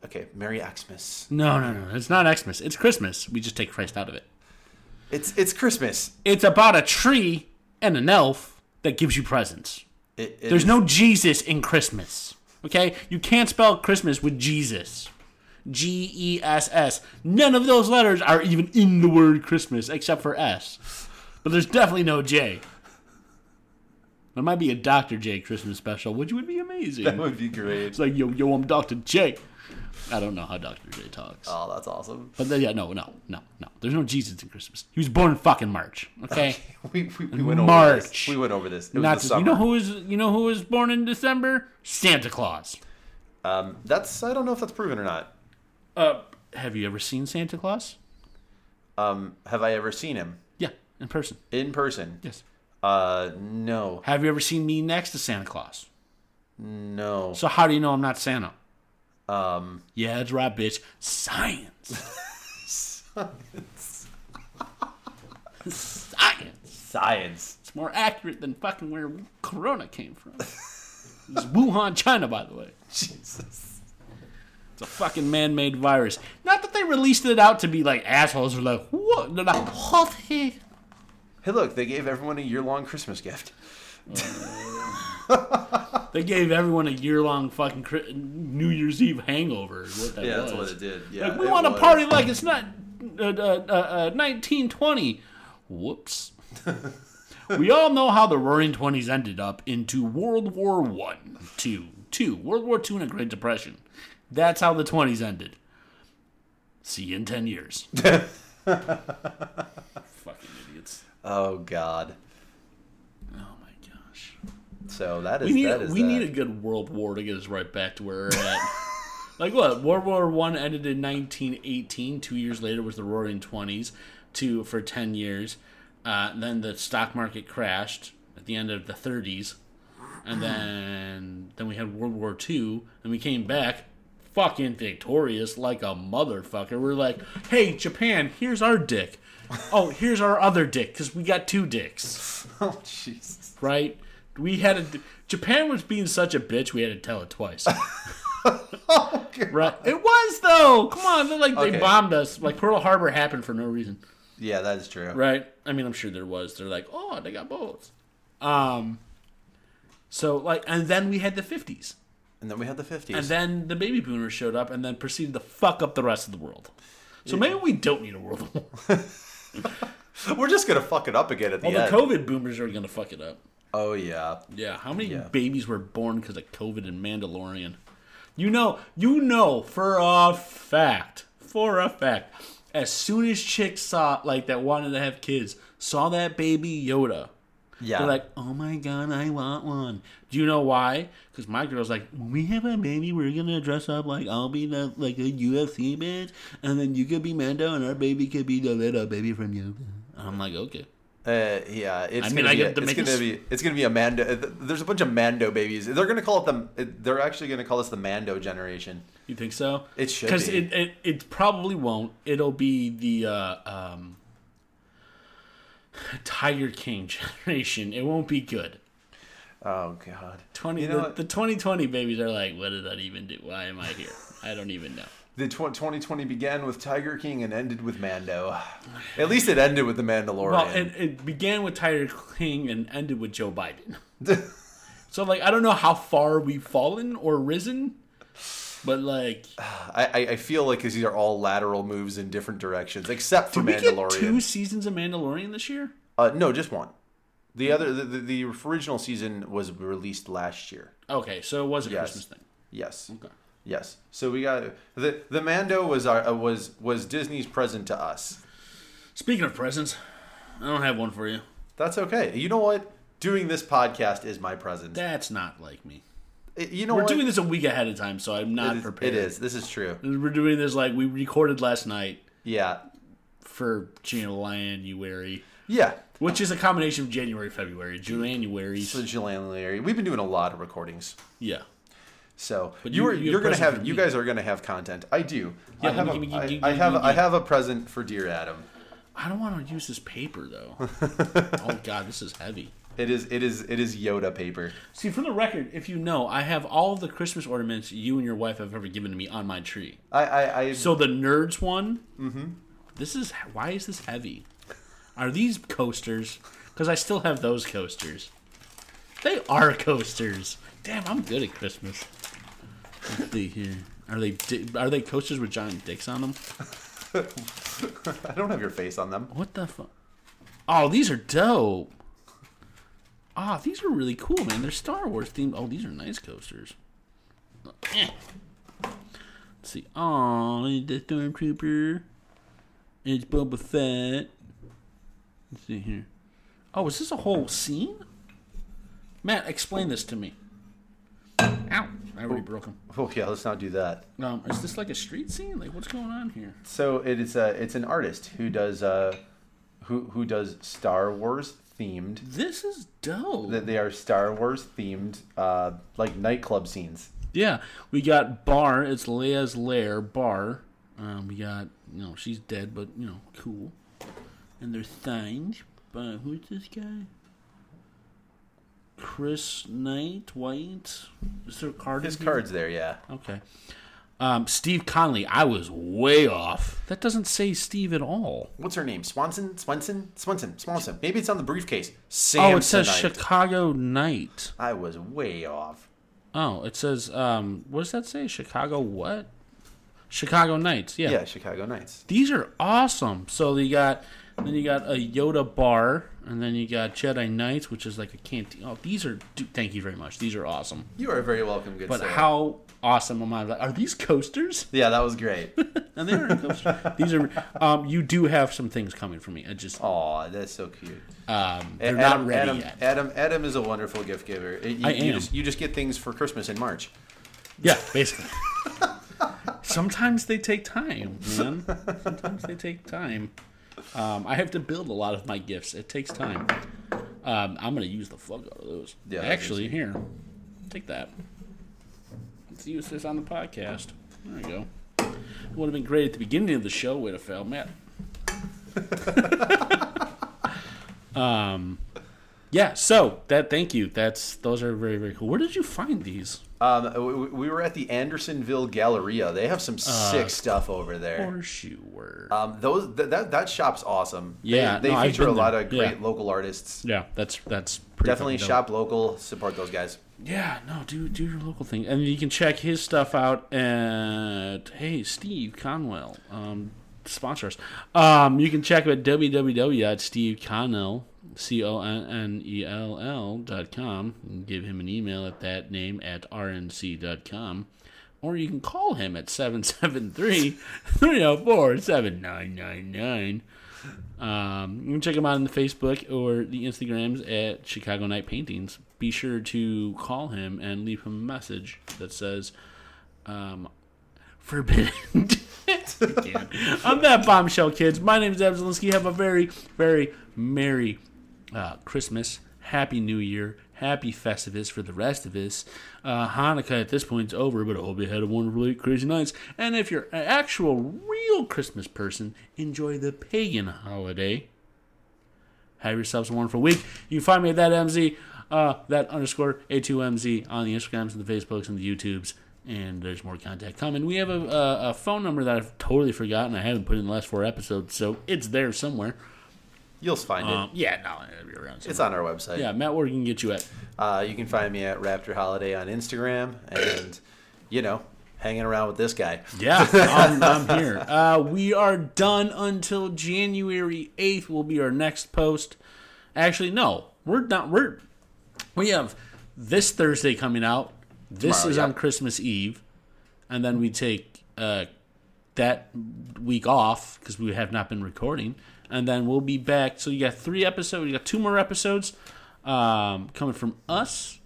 [SPEAKER 4] Okay. Merry Xmas.
[SPEAKER 3] No, no, no. It's not Xmas. It's Christmas. We just take Christ out of it.
[SPEAKER 4] It's it's Christmas.
[SPEAKER 3] It's about a tree and an elf that gives you presents.
[SPEAKER 4] It, it
[SPEAKER 3] There's
[SPEAKER 4] is-
[SPEAKER 3] no Jesus in Christmas. Okay? You can't spell Christmas with Jesus. G E S S. None of those letters are even in the word Christmas except for S. But there's definitely no J. There might be a Dr. J Christmas special, which would be amazing.
[SPEAKER 4] That would be great.
[SPEAKER 3] It's like, yo, yo, I'm Dr. J. I don't know how Dr. J talks.
[SPEAKER 4] Oh, that's awesome.
[SPEAKER 3] But then, yeah, no, no, no, no. There's no Jesus in Christmas. He was born in fucking March. Okay,
[SPEAKER 4] We, we, we went over this.
[SPEAKER 3] March.
[SPEAKER 4] We went over this. It was
[SPEAKER 3] not
[SPEAKER 4] the
[SPEAKER 3] just,
[SPEAKER 4] summer.
[SPEAKER 3] you know who is you know who was born in December? Santa Claus.
[SPEAKER 4] um, that's I don't know if that's proven or not.
[SPEAKER 3] Uh, have you ever seen Santa Claus?
[SPEAKER 4] Um, have I ever seen him
[SPEAKER 3] Yeah, in person.
[SPEAKER 4] in person?
[SPEAKER 3] Yes.
[SPEAKER 4] Uh, no,
[SPEAKER 3] Have you ever seen me next to Santa Claus?
[SPEAKER 4] no.
[SPEAKER 3] So how do you know I'm not Santa?
[SPEAKER 4] Um,
[SPEAKER 3] Yeah, that's right, bitch. Science. Science.
[SPEAKER 4] science.
[SPEAKER 3] It's more accurate than fucking where Corona came from. It's Wuhan, China, by the way.
[SPEAKER 4] Jesus.
[SPEAKER 3] It's a fucking man-made virus. Not that they released it out to be like assholes or like what? They're like, what? the-"
[SPEAKER 4] Hey, look, they gave everyone a year-long Christmas gift.
[SPEAKER 3] They gave everyone a year-long fucking Chri- New Year's Eve hangover. Is what that
[SPEAKER 4] Yeah,
[SPEAKER 3] was.
[SPEAKER 4] that's what it did. Yeah,
[SPEAKER 3] like, we
[SPEAKER 4] it
[SPEAKER 3] want to
[SPEAKER 4] was.
[SPEAKER 3] party like it's not uh, uh, uh, uh, 1920. Whoops. we all know how the Roaring Twenties ended up into World War One, two, two, World War Two, and a Great Depression. That's how the twenties ended. See you in ten years. Fucking idiots.
[SPEAKER 4] Oh God.
[SPEAKER 3] Oh my gosh.
[SPEAKER 4] So that is
[SPEAKER 3] We need
[SPEAKER 4] that is
[SPEAKER 3] we
[SPEAKER 4] that.
[SPEAKER 3] need a good world war to get us right back to where we're at. like what? World War One ended in 1918. Two years later was the Roaring Twenties. Two for ten years. Uh, then the stock market crashed at the end of the 30s, and then then we had World War Two, and we came back. Fucking victorious like a motherfucker. We're like, hey, Japan, here's our dick. Oh, here's our other dick, because we got two dicks
[SPEAKER 4] oh Jesus.
[SPEAKER 3] right? We had a Japan was being such a bitch. We had to tell it twice. right? It was though. Come on, they're like
[SPEAKER 4] Okay.
[SPEAKER 3] they bombed us. Like Pearl Harbor happened for no reason,
[SPEAKER 4] Yeah, that is true.
[SPEAKER 3] right? I mean, I'm sure there was. They're like, oh, they got bullets. Um. So like, and then we had the 50s,
[SPEAKER 4] And then we had the fifties.
[SPEAKER 3] and then the baby boomers showed up, and then proceeded to fuck up the rest of the world. So maybe we don't need a world war.
[SPEAKER 4] We're just gonna fuck it up again at the
[SPEAKER 3] Well,
[SPEAKER 4] end.
[SPEAKER 3] the COVID boomers are gonna fuck it up.
[SPEAKER 4] oh yeah.
[SPEAKER 3] Yeah, how many
[SPEAKER 4] Yeah.
[SPEAKER 3] babies were born because of COVID and Mandalorian? You know, you know for a fact, for a fact, as soon as chicks saw like that wanted to have kids, saw that baby Yoda,
[SPEAKER 4] Yeah.
[SPEAKER 3] they're like, "Oh my god, I want one." Do you know why? Because my girl's like, "When we have a baby, we're gonna dress up like I'll be the like a UFC bitch, and then you could be Mando, and our baby could be the little baby from Yoda." And I'm like, "Okay."
[SPEAKER 4] Uh, yeah, it's
[SPEAKER 3] I mean,
[SPEAKER 4] gonna
[SPEAKER 3] I
[SPEAKER 4] be
[SPEAKER 3] get to
[SPEAKER 4] it's
[SPEAKER 3] make
[SPEAKER 4] gonna
[SPEAKER 3] this-
[SPEAKER 4] be it's gonna be a Mando. uh, th- There's a bunch of Mando babies. They're gonna call it the. They're actually gonna call this the Mando generation.
[SPEAKER 3] You think so?
[SPEAKER 4] It should
[SPEAKER 3] because
[SPEAKER 4] be.
[SPEAKER 3] it, it it probably won't. It'll be the uh, um, Tiger King generation. It won't be good.
[SPEAKER 4] Oh God.
[SPEAKER 3] Twenty
[SPEAKER 4] You know
[SPEAKER 3] the,
[SPEAKER 4] what?
[SPEAKER 3] the twenty twenty babies are like, what did that even do? Why am I here? I don't even know.
[SPEAKER 4] The tw- 2020 began with Tiger King and ended with Mando. At least it ended with the Mandalorian.
[SPEAKER 3] Well, it, it began with Tiger King and ended with Joe Biden. so like, I don't know how far we've fallen or risen. But like,
[SPEAKER 4] I, I- I feel like 'cause these are all lateral moves in different directions, except for
[SPEAKER 3] did we get
[SPEAKER 4] Mandalorian.
[SPEAKER 3] two seasons of Mandalorian this year?
[SPEAKER 4] Uh, no, just one. The other, the, the, the original season was released last year.
[SPEAKER 3] Okay, so it was a
[SPEAKER 4] Yes.
[SPEAKER 3] Christmas thing.
[SPEAKER 4] Yes.
[SPEAKER 3] Okay.
[SPEAKER 4] Yes. So we got the the Mando was our uh, was was Disney's present to us.
[SPEAKER 3] Speaking of presents, I don't have one for you.
[SPEAKER 4] That's okay. You know what? Doing this podcast is my present.
[SPEAKER 3] That's not like me.
[SPEAKER 4] It- you know
[SPEAKER 3] We're
[SPEAKER 4] what?
[SPEAKER 3] doing this a week ahead of time, so I'm not
[SPEAKER 4] it is,
[SPEAKER 3] prepared.
[SPEAKER 4] It is. This is true.
[SPEAKER 3] We're doing this like we recorded last night
[SPEAKER 4] Yeah.
[SPEAKER 3] for January,
[SPEAKER 4] Yeah.
[SPEAKER 3] which is a combination of January, February, January.
[SPEAKER 4] So January. We've been doing a lot of recordings.
[SPEAKER 3] Yeah.
[SPEAKER 4] So
[SPEAKER 3] But
[SPEAKER 4] you,
[SPEAKER 3] you-
[SPEAKER 4] are
[SPEAKER 3] you have
[SPEAKER 4] you're gonna
[SPEAKER 3] present
[SPEAKER 4] have
[SPEAKER 3] for
[SPEAKER 4] you
[SPEAKER 3] me.
[SPEAKER 4] guys are gonna have content. I do.
[SPEAKER 3] Yeah,
[SPEAKER 4] I have
[SPEAKER 3] gimme,
[SPEAKER 4] a,
[SPEAKER 3] gimme, gimme,
[SPEAKER 4] I, I have
[SPEAKER 3] gimme,
[SPEAKER 4] I have a present for dear Adam.
[SPEAKER 3] I don't want to use this paper though. oh God, this is heavy.
[SPEAKER 4] It is it is it is Yoda paper.
[SPEAKER 3] See, for the record, if you know, I have all of the Christmas ornaments you and your wife have ever given to me on my tree.
[SPEAKER 4] I I, I
[SPEAKER 3] So the nerds one. Mm-hmm. This is why is this heavy? Are these coasters? Because I still have those coasters. They are coasters. Damn, I'm good at Christmas. Let's see here. Are they di- are they coasters with giant dicks on them?
[SPEAKER 4] I don't have your face on them.
[SPEAKER 3] What the fuck? Oh, these are dope. Ah, these are really cool, man. They're Star Wars themed. Oh, these are nice coasters. Eh. Let's see. Oh, the Stormtrooper. It's Boba Fett. Let's see here. Oh, is this a whole scene? Matt, explain this to me. Ow! I already broke him.
[SPEAKER 4] Oh yeah, let's not do that.
[SPEAKER 3] Um, is this like a street scene? Like, what's going on here?
[SPEAKER 4] So it is a it's an artist who does uh who who does Star Wars themed
[SPEAKER 3] This is dope.
[SPEAKER 4] that they are Star Wars themed uh like nightclub scenes.
[SPEAKER 3] Yeah, we got Bar. It's Leia's lair. Bar. Um, we got you know she's dead, but you know cool. And they're signed by who's this guy? Chris Knight White. Is there a card? in
[SPEAKER 4] His
[SPEAKER 3] here?
[SPEAKER 4] cards there, yeah.
[SPEAKER 3] Okay. Um, Steve Conley. I was way off. That doesn't say Steve at all.
[SPEAKER 4] What's her name? Swanson? Swenson? Swanson. Swanson. Maybe it's on the briefcase. Samsonite.
[SPEAKER 3] oh, it says Chicago Knight.
[SPEAKER 4] I was way off.
[SPEAKER 3] Oh, it says um, what does that say? Chicago what? Chicago Knights.
[SPEAKER 4] Yeah, Chicago Knights.
[SPEAKER 3] These are awesome. So you got then you got a Yoda bar, and then you got Jedi Knights, which is like a canteen. Oh, these are. Dude, thank you very much. These are awesome.
[SPEAKER 4] You are very welcome, good
[SPEAKER 3] But
[SPEAKER 4] sir.
[SPEAKER 3] how awesome am I? Like, are these coasters?
[SPEAKER 4] Yeah, that was great.
[SPEAKER 3] And they are coasters. these are. Um, you do have some things coming for me. I just
[SPEAKER 4] Aw, that's so cute.
[SPEAKER 3] um, they're
[SPEAKER 4] And
[SPEAKER 3] not ready
[SPEAKER 4] Adam,
[SPEAKER 3] yet.
[SPEAKER 4] Adam, Adam is a wonderful gift giver. It- you,
[SPEAKER 3] I
[SPEAKER 4] you
[SPEAKER 3] am.
[SPEAKER 4] just you just get things for Christmas in March.
[SPEAKER 3] Yeah, basically. Sometimes they take time, man. Sometimes they take time. Um, I have to build a lot of my gifts. It takes time. Um, I'm gonna use the fuck out of those.
[SPEAKER 4] Yeah, that's
[SPEAKER 3] Actually, here, take that. Let's use this on the podcast. There we go. It would have been great at the beginning of the show. Way to fail, Matt. um, yeah. So that. Thank you. That's those are very very cool. Where did you find these?
[SPEAKER 4] Um, we, we were at the Andersonville Galleria. They have some
[SPEAKER 3] Uh,
[SPEAKER 4] sick stuff over there.
[SPEAKER 3] course you were.
[SPEAKER 4] Um, those th- that that shop's awesome. They-
[SPEAKER 3] Yeah,
[SPEAKER 4] they,
[SPEAKER 3] no, I've
[SPEAKER 4] feature a
[SPEAKER 3] been
[SPEAKER 4] lot
[SPEAKER 3] there.
[SPEAKER 4] of great
[SPEAKER 3] Yeah.
[SPEAKER 4] local artists.
[SPEAKER 3] Yeah, that's that's pretty
[SPEAKER 4] Definitely
[SPEAKER 3] fucking dope.
[SPEAKER 4] shop local, support those guys.
[SPEAKER 3] Yeah, no, do do your local thing, and you can check his stuff out at Hey Steve Conwell. Um, sponsor us. Um, you can check him at www.steveconnell c o n n e l l dot com. and Give him an email at that name at rnc dot com. Or you can call him at 773 304 7999. Um, you can check them out on the Facebook or the Instagrams at Chicago Night Paintings. Be sure to call him and leave him a message that says, um, "Forbidden." I'm that bombshell, kids. My name is Evan Zielinski. Have a very, very merry uh, Christmas, Happy New Year, Happy Festivus for the rest of us. Uh, Hanukkah at this point is over, but I hope you had a wonderful, eight crazy nights. And if you're an actual, real Christmas person, enjoy the pagan holiday. Have yourselves a wonderful week. You can find me at that MZ, uh, that underscore A2MZ on the Instagrams and the Facebooks and the YouTubes. And there's more contact coming. We have a, a, a phone number that I've totally forgotten. I haven't put in the last four episodes, so it's there somewhere.
[SPEAKER 4] You'll find
[SPEAKER 3] Um,
[SPEAKER 4] it.
[SPEAKER 3] yeah, no, it'll be around.
[SPEAKER 4] It's
[SPEAKER 3] somewhere.
[SPEAKER 4] on our website.
[SPEAKER 3] Yeah, Matt, where can get you at?
[SPEAKER 4] Uh, you can find me at Raptor Holiday on Instagram, and you know, hanging around with this guy.
[SPEAKER 3] Yeah, I'm, I'm here. Uh, we are done until January 8th will be our next post. Actually, no, we're not. We're we have this Thursday coming out. This
[SPEAKER 4] Tomorrow,
[SPEAKER 3] is
[SPEAKER 4] yeah.
[SPEAKER 3] on Christmas Eve, and then we take uh, that week off because we have not been recording, and then we'll be back. So you got three episodes. You got two more episodes um, coming from us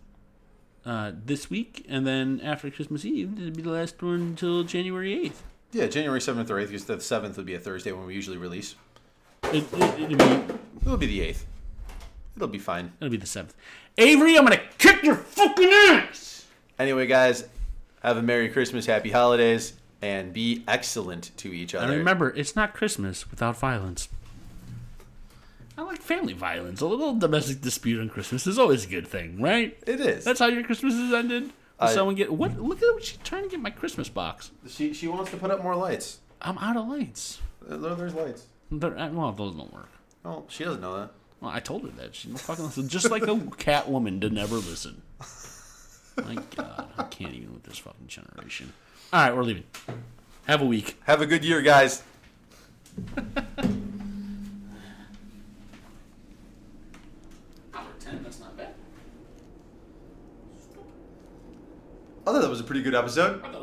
[SPEAKER 3] uh, this week, and then after Christmas Eve, it'll be the last one until January eighth.
[SPEAKER 4] Yeah, January 7th or 8th. Because the 7th would be a Thursday when we usually release.
[SPEAKER 3] It, it, it'll be
[SPEAKER 4] It'll be the 8th. It'll be fine.
[SPEAKER 3] it'll be the seventh. Avery, I'm gonna kick your fucking ass.
[SPEAKER 4] Anyway, guys, have a Merry Christmas, Happy Holidays, and be excellent to each other.
[SPEAKER 3] And remember, it's not Christmas without violence. I like family violence. A little domestic dispute on Christmas is always a good thing, right?
[SPEAKER 4] It is.
[SPEAKER 3] That's how your Christmas is ended.
[SPEAKER 4] I-
[SPEAKER 3] Someone get what? Look at what she's trying to get my Christmas box.
[SPEAKER 4] She, she wants to put up more lights.
[SPEAKER 3] I'm out of lights.
[SPEAKER 4] Uh, there- There's lights.
[SPEAKER 3] But I, well, those don't work.
[SPEAKER 4] Oh, she doesn't know that.
[SPEAKER 3] Well, I told her that she don't fucking listen. Just like the cat woman to never listen. My God, I can't even with this fucking generation. All right, we're leaving. Have a week.
[SPEAKER 4] Have a good year, guys.
[SPEAKER 3] that's not bad.
[SPEAKER 4] I thought that was a pretty good episode.
[SPEAKER 3] I thought